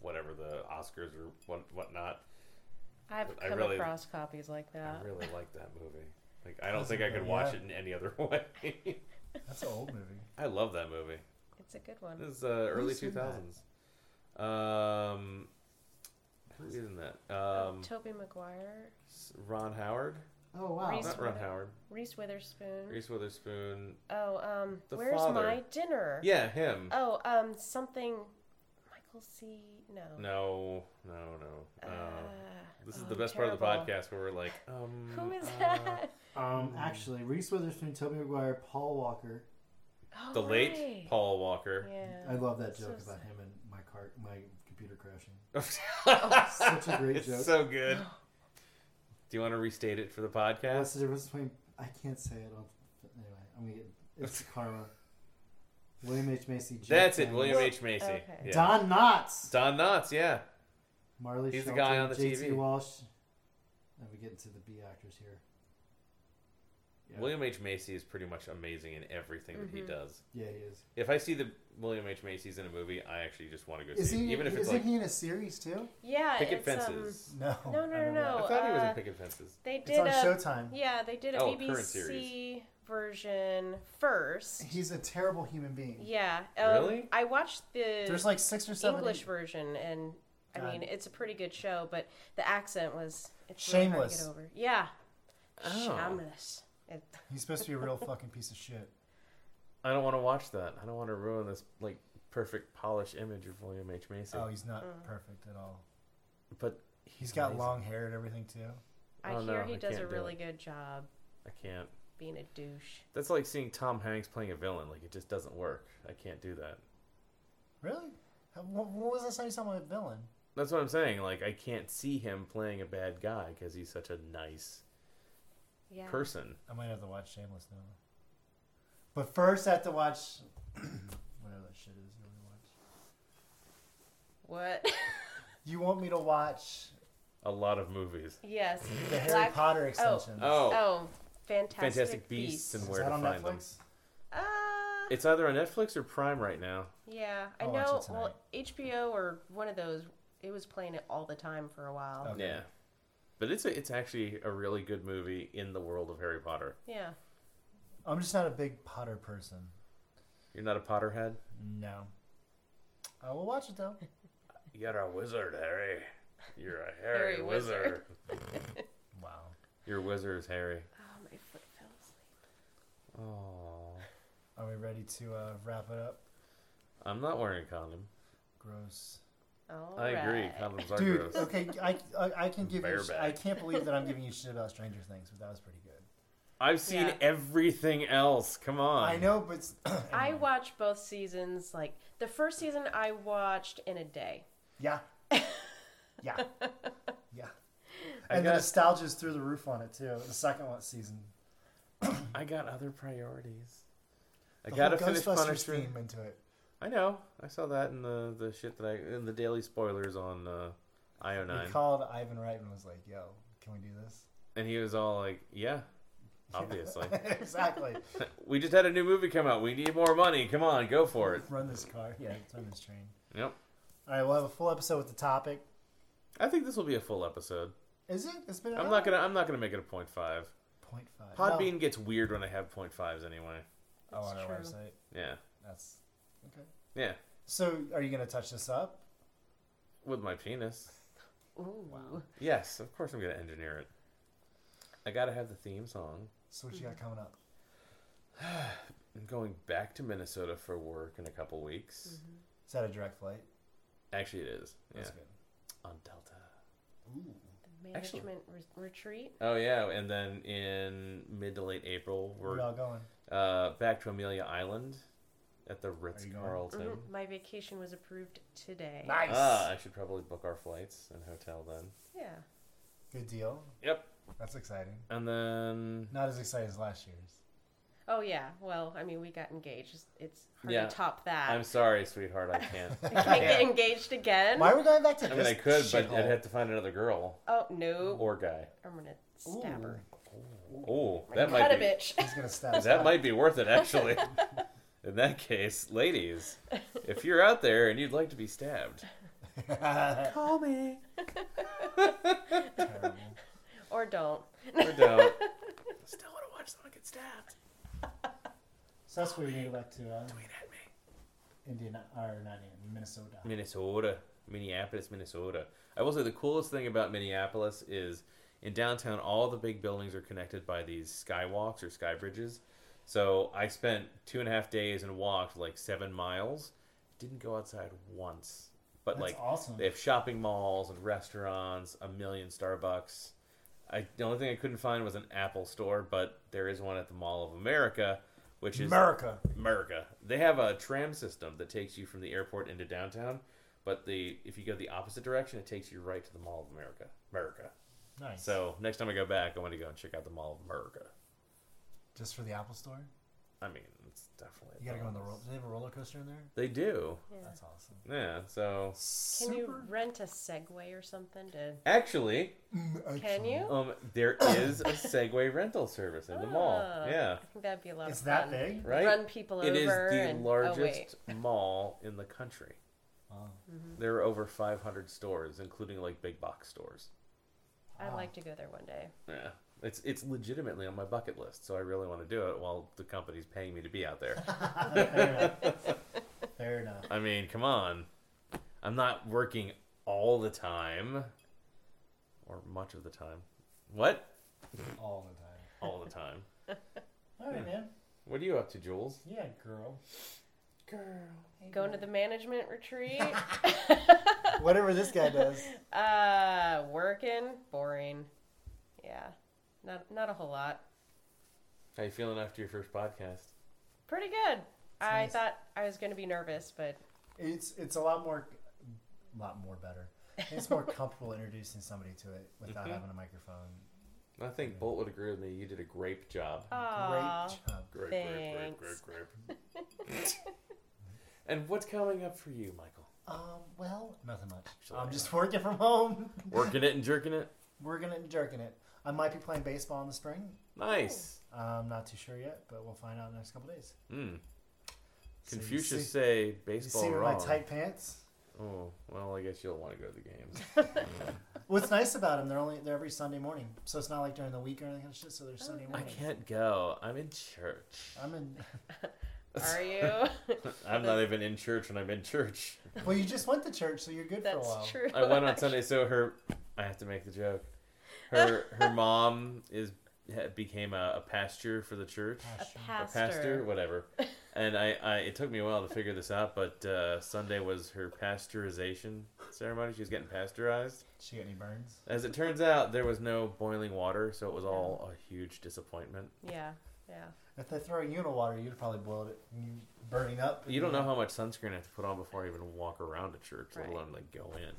Speaker 2: whatever the Oscars or what whatnot.
Speaker 4: I've
Speaker 2: I
Speaker 4: come
Speaker 2: really-
Speaker 4: across copies like
Speaker 3: Uh.
Speaker 4: that.
Speaker 2: I really like that movie. Like I don't think I could watch it in any other way.
Speaker 3: That's an old movie.
Speaker 2: I love that movie.
Speaker 4: It's a good
Speaker 2: It
Speaker 4: one.
Speaker 2: was uh, early two
Speaker 3: seen that?
Speaker 2: thousands. Um, who is in that? Um,
Speaker 4: Toby Maguire,
Speaker 2: Ron Howard?
Speaker 3: Oh
Speaker 4: wow.
Speaker 2: Not Ron Howard.
Speaker 4: Reese Witherspoon.
Speaker 2: Reese Witherspoon.
Speaker 4: Oh, um,
Speaker 2: The
Speaker 4: where's
Speaker 2: father.
Speaker 4: my dinner?
Speaker 2: Yeah, him.
Speaker 4: Oh, um, something. Michael C. No.
Speaker 2: No, no, no.
Speaker 4: Oh. Uh,
Speaker 2: Uh, this is
Speaker 4: oh,
Speaker 2: the best part of
Speaker 4: terrible.
Speaker 2: the podcast where we're like, um,
Speaker 4: Who is
Speaker 2: uh,
Speaker 4: that?
Speaker 3: Um, actually, Reese Witherspoon, Toby McGuire, Paul Walker.
Speaker 4: Oh,
Speaker 2: The late
Speaker 4: right.
Speaker 2: Paul Walker.
Speaker 4: Yeah.
Speaker 3: I love that
Speaker 4: So
Speaker 3: joke about
Speaker 4: sad.
Speaker 3: him and my car, my computer crashing.
Speaker 2: it's
Speaker 3: Such a great joke.
Speaker 2: so good. Do you want to restate it for the
Speaker 3: What's
Speaker 2: podcast?
Speaker 3: the difference between? I can't say it. I'll, anyway, I'm gonna get it's karma. William H Macy. Jeff
Speaker 2: That's it,
Speaker 3: Daniels,
Speaker 2: William H. Macy.
Speaker 4: Okay.
Speaker 2: Yeah.
Speaker 3: Don Knotts.
Speaker 2: Don Knotts, yeah.
Speaker 3: Marley.
Speaker 2: He's the
Speaker 3: Shelton,
Speaker 2: guy on the
Speaker 3: J.T.
Speaker 2: TV.
Speaker 3: Walsh. And we get into the B actors here. Yeah.
Speaker 2: William H. Macy is pretty much amazing in everything that
Speaker 4: Mm-hmm.
Speaker 2: he does.
Speaker 3: Yeah, he is.
Speaker 2: If I see the William H. Macy's in a movie, I actually just want to go
Speaker 3: Is
Speaker 2: see
Speaker 3: he?
Speaker 2: it. Even if it's
Speaker 3: isn't
Speaker 2: like
Speaker 3: he in a series too?
Speaker 4: Yeah.
Speaker 2: Picket
Speaker 4: it's, um,
Speaker 2: Fences.
Speaker 3: No.
Speaker 4: no,
Speaker 3: Oh,
Speaker 4: no,
Speaker 3: I
Speaker 4: no,
Speaker 3: don't know.
Speaker 4: no.
Speaker 2: I thought he was
Speaker 4: uh,
Speaker 2: in Picket Fences.
Speaker 4: They
Speaker 3: It's
Speaker 4: did
Speaker 3: on
Speaker 4: a
Speaker 3: Showtime.
Speaker 4: yeah. They did a
Speaker 2: Oh, current
Speaker 4: BBC version first.
Speaker 3: He's a terrible human being.
Speaker 4: Yeah. Um,
Speaker 2: Really?
Speaker 4: I watched the
Speaker 3: There's like six or seven.
Speaker 4: English version, and I
Speaker 3: God.
Speaker 4: mean it's a pretty good show, but the accent was it's really hard to
Speaker 3: Shameless.
Speaker 4: get over. Yeah.
Speaker 2: Oh.
Speaker 4: Shameless. It,
Speaker 3: He's supposed to be a real fucking piece of shit.
Speaker 2: I don't want to watch that. I don't want to ruin this like perfect polished image of William H. Macy.
Speaker 3: Oh, he's not
Speaker 4: Mm.
Speaker 3: perfect at all.
Speaker 2: but
Speaker 3: He's got
Speaker 2: amazing.
Speaker 3: long hair and everything too.
Speaker 4: I
Speaker 2: Oh,
Speaker 4: hear
Speaker 2: no,
Speaker 4: he
Speaker 2: I
Speaker 4: does
Speaker 2: can't
Speaker 4: a
Speaker 2: do
Speaker 4: really
Speaker 2: it.
Speaker 4: good job
Speaker 2: I can't.
Speaker 4: being a douche.
Speaker 2: That's like seeing Tom Hanks playing a villain. Like it just doesn't work. I can't do that.
Speaker 3: Really? How- wh- When was the last time you saw him a villain?
Speaker 2: That's what I'm saying. Like I can't see him playing a bad guy because he's such a nice
Speaker 4: Yeah.
Speaker 2: person.
Speaker 3: I might have to watch Shameless now. But first, I have to watch whatever that shit is you want me to watch.
Speaker 4: what?
Speaker 3: You want me to watch
Speaker 2: a lot of movies.
Speaker 4: Yes.
Speaker 3: The Harry
Speaker 4: Black-
Speaker 3: Potter extension.
Speaker 2: Oh,
Speaker 4: Oh, Fantastic,
Speaker 2: Fantastic
Speaker 4: Beasts.
Speaker 2: Beasts and
Speaker 3: Is
Speaker 2: where
Speaker 3: that
Speaker 2: to
Speaker 3: on
Speaker 2: find them.
Speaker 3: Netflix?
Speaker 4: Uh,
Speaker 2: It's either on Netflix or Prime right now.
Speaker 4: yeah, I
Speaker 3: I'll watch
Speaker 4: know.
Speaker 3: it tonight.
Speaker 4: Well, HBO or one of those, it was playing it all the time for a while.
Speaker 3: Okay.
Speaker 2: Yeah, but it's a, it's actually a really good movie in the world of Harry Potter.
Speaker 4: Yeah.
Speaker 3: I'm just not a big Potter person.
Speaker 2: You're not a Potterhead.
Speaker 3: No. I will watch it though.
Speaker 2: You're a wizard, Harry. You're a
Speaker 4: Harry
Speaker 2: hairy
Speaker 4: Harry wizard. wizard.
Speaker 3: Wow.
Speaker 2: Your wizard is Harry.
Speaker 4: Oh, my foot fell asleep.
Speaker 2: Oh,
Speaker 3: Are we ready to uh, wrap it up?
Speaker 2: I'm not wearing a condom.
Speaker 3: Gross.
Speaker 4: All
Speaker 2: I agree.
Speaker 4: right.
Speaker 2: Condoms are
Speaker 3: Dude,
Speaker 2: gross.
Speaker 3: okay, I, I, I can give you. Sh-
Speaker 2: Bareback.
Speaker 3: I can't believe that I'm giving you shit about Stranger Things, but that was pretty good.
Speaker 2: I've seen
Speaker 4: Yeah.
Speaker 2: everything else. Come on.
Speaker 3: I know, but s-
Speaker 4: I watched both seasons. Like the first season, I watched in a day.
Speaker 3: yeah, yeah, yeah.
Speaker 2: I
Speaker 3: And the
Speaker 2: got-
Speaker 3: nostalgia's through the roof on it too. The second one season,
Speaker 2: I got other priorities. I
Speaker 3: the
Speaker 2: gotta
Speaker 3: whole
Speaker 2: finish
Speaker 3: Ghostbusters
Speaker 2: Punisher.
Speaker 3: theme into it.
Speaker 2: I know. I saw that in the the shit that I in the daily spoilers on uh,
Speaker 3: We
Speaker 2: IO9,
Speaker 3: called Ivan Wright and was like, "Yo, can we do this?"
Speaker 2: and he was all like, "Yeah, obviously.
Speaker 3: exactly.
Speaker 2: we just had a new movie come out. We need more money. Come on, go for it."
Speaker 3: Run this car. Yeah, run this train.
Speaker 2: Yep.
Speaker 3: All right, we'll have a full episode with the topic.
Speaker 2: I think this will be a full episode.
Speaker 3: Is it? It's been. an
Speaker 2: I'm
Speaker 3: hour?
Speaker 2: not gonna. I'm not gonna make it a point five.
Speaker 3: Point five.
Speaker 2: Podbean
Speaker 3: No.
Speaker 2: gets weird when I have point fives anyway.
Speaker 3: Oh, on
Speaker 4: It's
Speaker 3: our
Speaker 4: true.
Speaker 3: website.
Speaker 2: Yeah,
Speaker 3: That's okay.
Speaker 2: yeah.
Speaker 3: So, are you gonna touch this up?
Speaker 2: With my penis.
Speaker 4: Ooh.
Speaker 2: Yes, of course I'm gonna engineer it. I gotta have the theme song.
Speaker 3: So, what you
Speaker 4: Mm-hmm.
Speaker 3: got coming up?
Speaker 2: I'm going back to Minnesota for work in a couple weeks.
Speaker 3: Is that a direct flight?
Speaker 2: Actually, it is. Yeah,
Speaker 3: Mm-hmm. That's good.
Speaker 2: on Delta.
Speaker 3: Ooh.
Speaker 4: The
Speaker 2: Actually-
Speaker 4: management re- retreat.
Speaker 2: Oh yeah, and then in mid to late April,
Speaker 3: Where
Speaker 2: we're
Speaker 3: y'all going?
Speaker 2: uh, back to Amelia Island at the Ritz
Speaker 3: you going? Mm-hmm.
Speaker 2: Carlton.
Speaker 4: Mhm. My vacation was approved today.
Speaker 3: Nice.
Speaker 2: Ah, I should probably book our flights and hotel then.
Speaker 4: Yeah.
Speaker 3: Good deal.
Speaker 2: Yep.
Speaker 3: That's exciting.
Speaker 2: And then
Speaker 3: Not as exciting as last year's.
Speaker 4: Oh yeah. Well, I mean, we got engaged. It's- It's hard
Speaker 2: Yeah.
Speaker 4: to top that.
Speaker 2: I'm sorry, sweetheart, I can't.
Speaker 4: You can't get engaged again.
Speaker 3: Why are we going back to
Speaker 2: I mean,
Speaker 3: this
Speaker 2: I could, but
Speaker 3: shithole?
Speaker 2: I'd have to find another girl
Speaker 4: Oh no.
Speaker 2: or guy.
Speaker 4: I'm gonna stab her.
Speaker 2: Oh, that
Speaker 4: I'm gonna
Speaker 2: might
Speaker 4: cut
Speaker 2: be
Speaker 4: a bitch.
Speaker 3: He's gonna stab.
Speaker 2: that might be worth it actually. In that case, ladies, if you're out there and you'd like to be stabbed, call me.
Speaker 3: Terrible.
Speaker 4: Or don't.
Speaker 2: Or don't. Still want to watch someone get stabbed.
Speaker 3: So that's where we go back to uh,
Speaker 2: Tweet at me.
Speaker 3: Indiana or not in Minnesota.
Speaker 2: Minnesota, Minneapolis, Minnesota. I will say the coolest thing about Minneapolis is in downtown, all the big buildings are connected by these skywalks or sky bridges. So I spent two and a half days and walked like seven miles. Didn't go outside once, but
Speaker 3: That's
Speaker 2: like
Speaker 3: awesome.
Speaker 2: they have shopping malls and restaurants, a million Starbucks. I the only thing I couldn't find was an Apple store, but there is one at the Mall of America, which is
Speaker 3: America.
Speaker 2: America. They have a tram system that takes you from the airport into downtown, but the if you go the opposite direction, it takes you right to the Mall of America. America.
Speaker 3: Nice.
Speaker 2: So next time I go back, I want to go and check out the Mall of America.
Speaker 3: just for the Apple Store,
Speaker 2: I mean, it's definitely.
Speaker 3: you gotta go on the roller. Do they have a roller coaster in there?
Speaker 2: They do.
Speaker 3: That's awesome.
Speaker 2: Yeah. So
Speaker 3: Super.
Speaker 4: Can you rent a Segway or something to?
Speaker 2: actually,
Speaker 4: Can you?
Speaker 2: um, there is a Segway rental service in the mall.
Speaker 3: Ah.
Speaker 4: Oh,
Speaker 2: Yeah.
Speaker 4: I think that'd be a lot
Speaker 3: It's
Speaker 4: of
Speaker 3: that
Speaker 4: fun.
Speaker 3: big.
Speaker 2: Right.
Speaker 4: Run people
Speaker 2: It is
Speaker 4: over.
Speaker 2: the
Speaker 4: and, Oh, wait.
Speaker 2: largest mall in the country.
Speaker 3: Wow.
Speaker 2: There are over 500 stores, including like big box stores.
Speaker 4: I'd like to go there one day.
Speaker 2: Yeah. It's it's legitimately on my bucket list, so I really want to do it while the company's paying me to be out there.
Speaker 3: Fair enough. Fair enough.
Speaker 2: I mean, come on. I'm not working all the time or much of the time. What?
Speaker 3: All the time.
Speaker 2: All the time.
Speaker 3: All
Speaker 2: Hmm.
Speaker 3: right, man.
Speaker 2: What are you up to, Jules?
Speaker 3: Yeah, girl.
Speaker 2: Girl.
Speaker 4: Going to the management retreat.
Speaker 3: Whatever this guy does.
Speaker 4: uh, working, boring. Yeah, not not a whole lot.
Speaker 2: How you feeling after your first podcast?
Speaker 4: Pretty good. I
Speaker 3: nice.
Speaker 4: thought I was going to be nervous, but
Speaker 3: It's it's a lot more, a lot more better. It's more comfortable introducing somebody to it without
Speaker 2: Mm-hmm.
Speaker 3: having a microphone.
Speaker 2: I think Bolt would agree with me. You did a great job.
Speaker 4: Oh, Aw.
Speaker 3: Great job.
Speaker 2: Great,
Speaker 4: grape, grape, Thanks.
Speaker 2: grape. and what's coming up for you, Michael?
Speaker 3: Um, well, nothing much.
Speaker 2: Actually,
Speaker 3: I'm just working from home.
Speaker 2: Working it and jerking it.
Speaker 3: Working it and jerking it. I might be playing baseball in the spring.
Speaker 2: Nice.
Speaker 3: I'm not too sure yet, but we'll find out in the next couple days.
Speaker 2: Mm.
Speaker 3: So you
Speaker 2: Confucius
Speaker 3: see-
Speaker 2: say
Speaker 3: You
Speaker 2: baseball
Speaker 3: see me in my
Speaker 2: wrong.
Speaker 3: tight pants.
Speaker 2: Oh well, I guess you'll want to go to the games.
Speaker 3: What's nice about them? They're only they're every Sunday morning, so it's not like during the week or anything. Shit, so they're
Speaker 4: Oh.
Speaker 3: Sunday
Speaker 2: I
Speaker 3: morning.
Speaker 2: can't go. I'm in church.
Speaker 3: I'm in.
Speaker 4: Are you?
Speaker 2: I'm not even in church when I'm in church.
Speaker 3: Well, you just went to church, so you're good for a while.
Speaker 4: That's true.
Speaker 2: I went on Sunday, so her. I have to make the joke. Her her mom is ha- became a, a pastor for the church.
Speaker 4: A
Speaker 3: Gosh,
Speaker 2: A
Speaker 4: pastor.
Speaker 2: pastor, whatever. And I, I it took me a while to figure this out, but uh, Sunday was her pasteurization ceremony. She was getting pasteurized.
Speaker 3: She got any burns?
Speaker 2: As it turns out, there was no boiling water, so it was all a huge disappointment.
Speaker 4: Yeah, yeah.
Speaker 3: If they throw you in a water, you'd probably boil it. and You burning up.
Speaker 2: You don't know how much sunscreen I have to put on before I even walk around a church, let
Speaker 4: Right.
Speaker 2: alone like go in.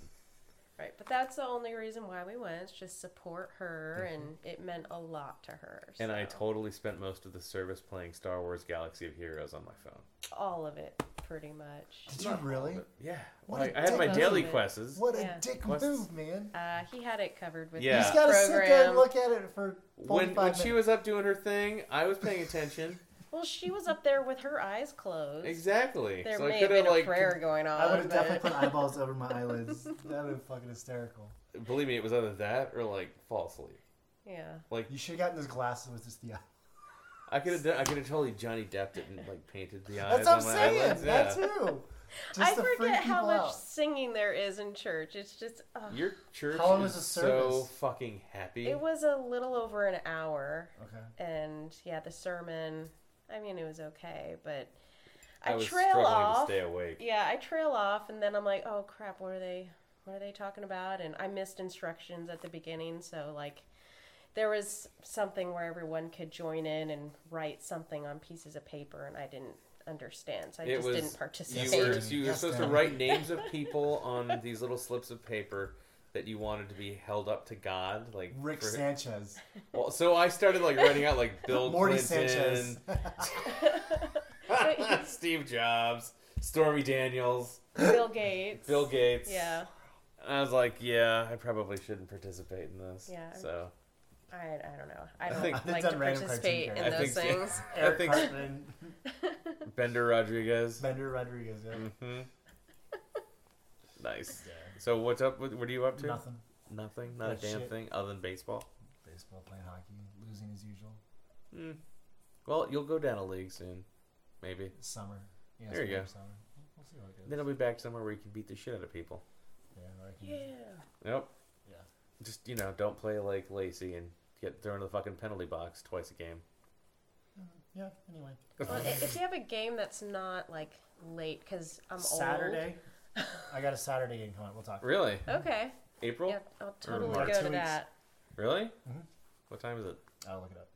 Speaker 4: Right, but that's the only reason why we went. Is just support her, and it meant a lot to her.
Speaker 2: Mm-hmm. And I
Speaker 4: so
Speaker 2: totally spent most of the service playing Star Wars Galaxy of Heroes on my phone.
Speaker 4: all of it, pretty much.
Speaker 3: Did you really?
Speaker 2: Yeah.
Speaker 3: What
Speaker 2: like,
Speaker 3: a
Speaker 2: I had my
Speaker 3: dick.
Speaker 2: daily
Speaker 4: Most of it.
Speaker 2: quests.
Speaker 3: What
Speaker 4: Yeah.
Speaker 3: a dick
Speaker 2: What's-
Speaker 3: move, man.
Speaker 4: Uh, he had it covered with
Speaker 2: Yeah.
Speaker 3: You
Speaker 4: his
Speaker 3: just gotta sit there
Speaker 4: program.
Speaker 3: and look at it for
Speaker 2: When,
Speaker 3: 45
Speaker 2: when
Speaker 3: minutes.
Speaker 2: she was up doing her thing, I was paying attention.
Speaker 4: Well, she was up there with her eyes closed.
Speaker 2: exactly.
Speaker 4: There
Speaker 2: so I
Speaker 4: may have
Speaker 2: could
Speaker 4: been
Speaker 2: have
Speaker 4: a
Speaker 2: like
Speaker 4: prayer going on.
Speaker 3: I would have
Speaker 4: but-
Speaker 3: definitely put eyeballs over my eyelids. That would have been fucking hysterical.
Speaker 2: believe me, it was either that or like fall asleep.
Speaker 4: Yeah.
Speaker 2: Like
Speaker 3: You should have gotten those glasses with just the eye.
Speaker 2: I could have done, I could have totally Johnny Depped it and like painted the eyes
Speaker 3: That's what I'm
Speaker 2: on my
Speaker 3: saying.
Speaker 2: eyelids.
Speaker 3: That
Speaker 2: yeah.
Speaker 3: too.
Speaker 4: I
Speaker 3: Just to freak
Speaker 4: forget how
Speaker 3: people
Speaker 4: much
Speaker 3: out.
Speaker 4: singing there is in church. It's just. ugh.
Speaker 2: Your church
Speaker 3: How long
Speaker 2: is
Speaker 3: was the
Speaker 2: so
Speaker 3: service?
Speaker 2: fucking happy.
Speaker 4: It was a little over an hour,
Speaker 3: Okay.
Speaker 4: and yeah, the sermon. I mean, it was okay, but
Speaker 2: I
Speaker 4: I,
Speaker 2: was
Speaker 4: trail
Speaker 2: struggling
Speaker 4: off.
Speaker 2: to stay awake.
Speaker 4: Yeah, I trail off and then I'm like, oh crap, what are they what are they talking about? And I missed instructions at the beginning, so like there was something where everyone could join in and write something on pieces of paper and I didn't understand. So I
Speaker 2: it
Speaker 4: just
Speaker 2: was
Speaker 4: didn't
Speaker 2: You
Speaker 4: participate.
Speaker 2: were,
Speaker 3: Yes,
Speaker 2: you were
Speaker 3: yes,
Speaker 2: supposed to
Speaker 3: ma'am.
Speaker 2: write names of people on these little slips of paper that you wanted to be held up to God, like
Speaker 3: Rick
Speaker 2: for-
Speaker 3: Sanchez.
Speaker 2: Well, so I started like writing out like Bill
Speaker 3: Morty
Speaker 2: Clinton,
Speaker 3: Sanchez.
Speaker 2: Steve Jobs, Stormy Daniels,
Speaker 4: Bill Gates.
Speaker 2: Bill Gates.
Speaker 4: Yeah.
Speaker 2: And I was like, yeah, I probably shouldn't participate in this.
Speaker 4: Yeah.
Speaker 2: So
Speaker 4: I, I don't know. I
Speaker 2: I
Speaker 4: don't
Speaker 2: think-
Speaker 3: I've
Speaker 4: like
Speaker 3: done
Speaker 4: to
Speaker 3: random cartoon
Speaker 4: participate in
Speaker 3: characters.
Speaker 2: I
Speaker 4: those
Speaker 2: think-
Speaker 4: things.
Speaker 2: I think
Speaker 3: Cartman,
Speaker 2: Bender Rodriguez.
Speaker 3: Bender Rodriguez. Yeah.
Speaker 2: hmm Nice. So what's up? What, what are you up to?
Speaker 3: Nothing.
Speaker 2: Nothing? Not a
Speaker 3: That
Speaker 2: damn
Speaker 3: shit.
Speaker 2: thing other than baseball.
Speaker 3: Baseball, playing hockey, losing as usual.
Speaker 2: Mm. Well, you'll go down a league soon, maybe.
Speaker 3: Summer. Yeah,
Speaker 2: There you
Speaker 3: spring,
Speaker 2: go.
Speaker 3: Summer. We'll see what it goes.
Speaker 2: Then I'll be back somewhere where you can beat the shit out of people.
Speaker 3: Yeah, or I can-
Speaker 4: Yeah.
Speaker 2: Yep.
Speaker 3: Yeah.
Speaker 2: Just you know, don't play like Lacey and get thrown in the fucking penalty box twice a game.
Speaker 3: yeah, anyway.
Speaker 4: Well, i- if you have a game that's not like late cuz I'm
Speaker 3: Saturday. I got a Saturday game coming up. We'll talk.
Speaker 2: Really?
Speaker 4: old. Okay.
Speaker 2: April?
Speaker 4: Yeah, I'll totally
Speaker 2: March.
Speaker 4: go
Speaker 3: Two
Speaker 4: to
Speaker 3: weeks.
Speaker 4: that.
Speaker 2: Really?
Speaker 3: Mhm.
Speaker 2: What time is it?
Speaker 3: I'll look it up.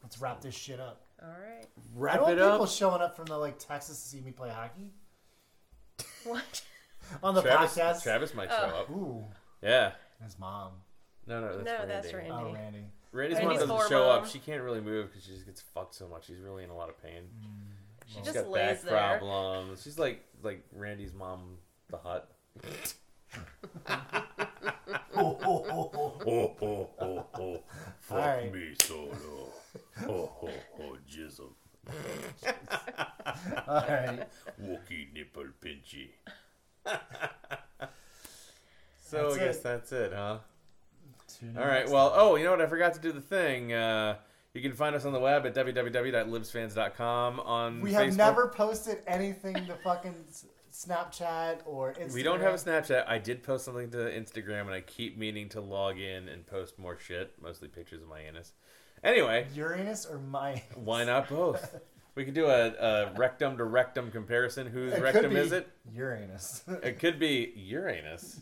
Speaker 3: Let's wrap this shit up.
Speaker 4: All right.
Speaker 3: I
Speaker 2: Wrap
Speaker 3: don't
Speaker 2: it
Speaker 3: want people
Speaker 2: up.
Speaker 3: showing up from the like Texas to see me play hockey
Speaker 4: What?
Speaker 3: on the
Speaker 2: Travis,
Speaker 3: podcast.
Speaker 2: Travis might show
Speaker 3: Oh.
Speaker 2: up.
Speaker 3: Ooh,
Speaker 2: Yeah.
Speaker 3: his mom.
Speaker 2: No, no, that's
Speaker 4: No,
Speaker 2: Randy.
Speaker 4: that's Randy.
Speaker 3: Oh, Randy.
Speaker 2: Randy's mom
Speaker 4: Randy's
Speaker 2: doesn't
Speaker 4: poor
Speaker 2: show up.
Speaker 4: mom.
Speaker 2: She can't really move because she just gets fucked so much. She's really in a lot of pain.
Speaker 4: She
Speaker 2: She's
Speaker 4: just
Speaker 2: got
Speaker 4: lays
Speaker 2: back
Speaker 4: there.
Speaker 2: problems. She's like like Randy's mom, the hut.
Speaker 3: Oh, oh, oh, oh.
Speaker 5: Oh, oh, oh, oh. Fuck
Speaker 3: Alright.
Speaker 5: me solo. Oh, oh, oh, jizzle.
Speaker 3: All right.
Speaker 5: Wookie nipple pinchy.
Speaker 2: So
Speaker 3: That's
Speaker 2: I guess
Speaker 3: it.
Speaker 2: that's it, huh?
Speaker 3: Tune in
Speaker 2: All right.
Speaker 3: next
Speaker 2: Well,
Speaker 3: time.
Speaker 2: oh, you know what? I forgot to do the thing. Uh, you can find us on the web at www.libsfans.com. On
Speaker 3: we have
Speaker 2: Facebook.
Speaker 3: never posted anything to fucking s- Snapchat or Instagram.
Speaker 2: We don't have a Snapchat. I did post something to Instagram, and I keep meaning to log in and post more shit, mostly pictures of my anus. Anyway,
Speaker 3: Uranus or my.
Speaker 2: why not both? We could do a, a rectum to rectum comparison. Whose
Speaker 3: It could
Speaker 2: rectum
Speaker 3: be
Speaker 2: is it?
Speaker 3: Uranus.
Speaker 2: It could be Uranus.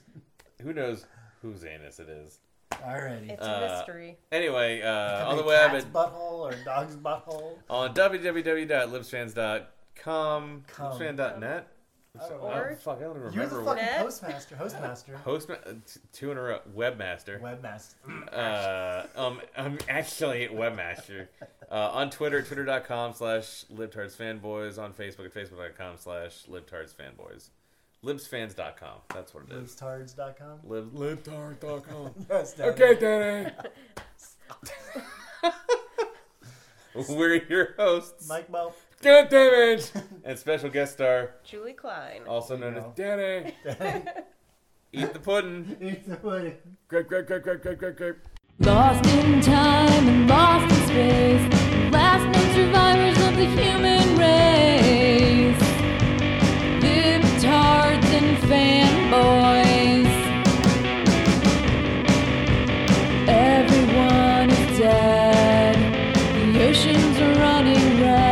Speaker 2: Who knows whose anus it is?
Speaker 3: Alrighty.
Speaker 4: It's
Speaker 2: Uh,
Speaker 4: a mystery.
Speaker 2: Anyway, uh, on the
Speaker 3: Maybe
Speaker 2: web
Speaker 3: cat's
Speaker 2: at
Speaker 3: butthole or dog's butthole.
Speaker 2: on www.libsfans.com,
Speaker 3: Come.
Speaker 2: libsfans.net.
Speaker 3: I don't know.
Speaker 2: Oh, fuck, I don't even
Speaker 3: You're the
Speaker 2: remember.
Speaker 3: fucking
Speaker 2: what
Speaker 4: Net?
Speaker 3: postmaster, hostmaster,
Speaker 2: Hostma- uh, t- two in a row, webmaster.
Speaker 3: webmaster.
Speaker 2: Uh, um, I'm actually webmaster. Uh, on Twitter, at twitter.com slash libtardsfanboys. On Facebook at facebook.com slash libtardsfanboys. Libsfans.com. That's what it is.
Speaker 3: Libstards.com?
Speaker 2: Lib, libtarn.com.
Speaker 3: Yes, Daddy.
Speaker 2: okay, Danny. We're your hosts.
Speaker 3: Mike Mo.
Speaker 2: God damn it! and special guest star,
Speaker 4: Julie Klein.
Speaker 2: also
Speaker 3: There
Speaker 2: known
Speaker 3: you
Speaker 2: as Danny. Eat the pudding. Grape, grape, grape, grape, grape, grape, grape.
Speaker 1: Lost in time and lost in space, last known survivors of the human race. Libtards and fanboys. Everyone is dead. The oceans are running red. Oh,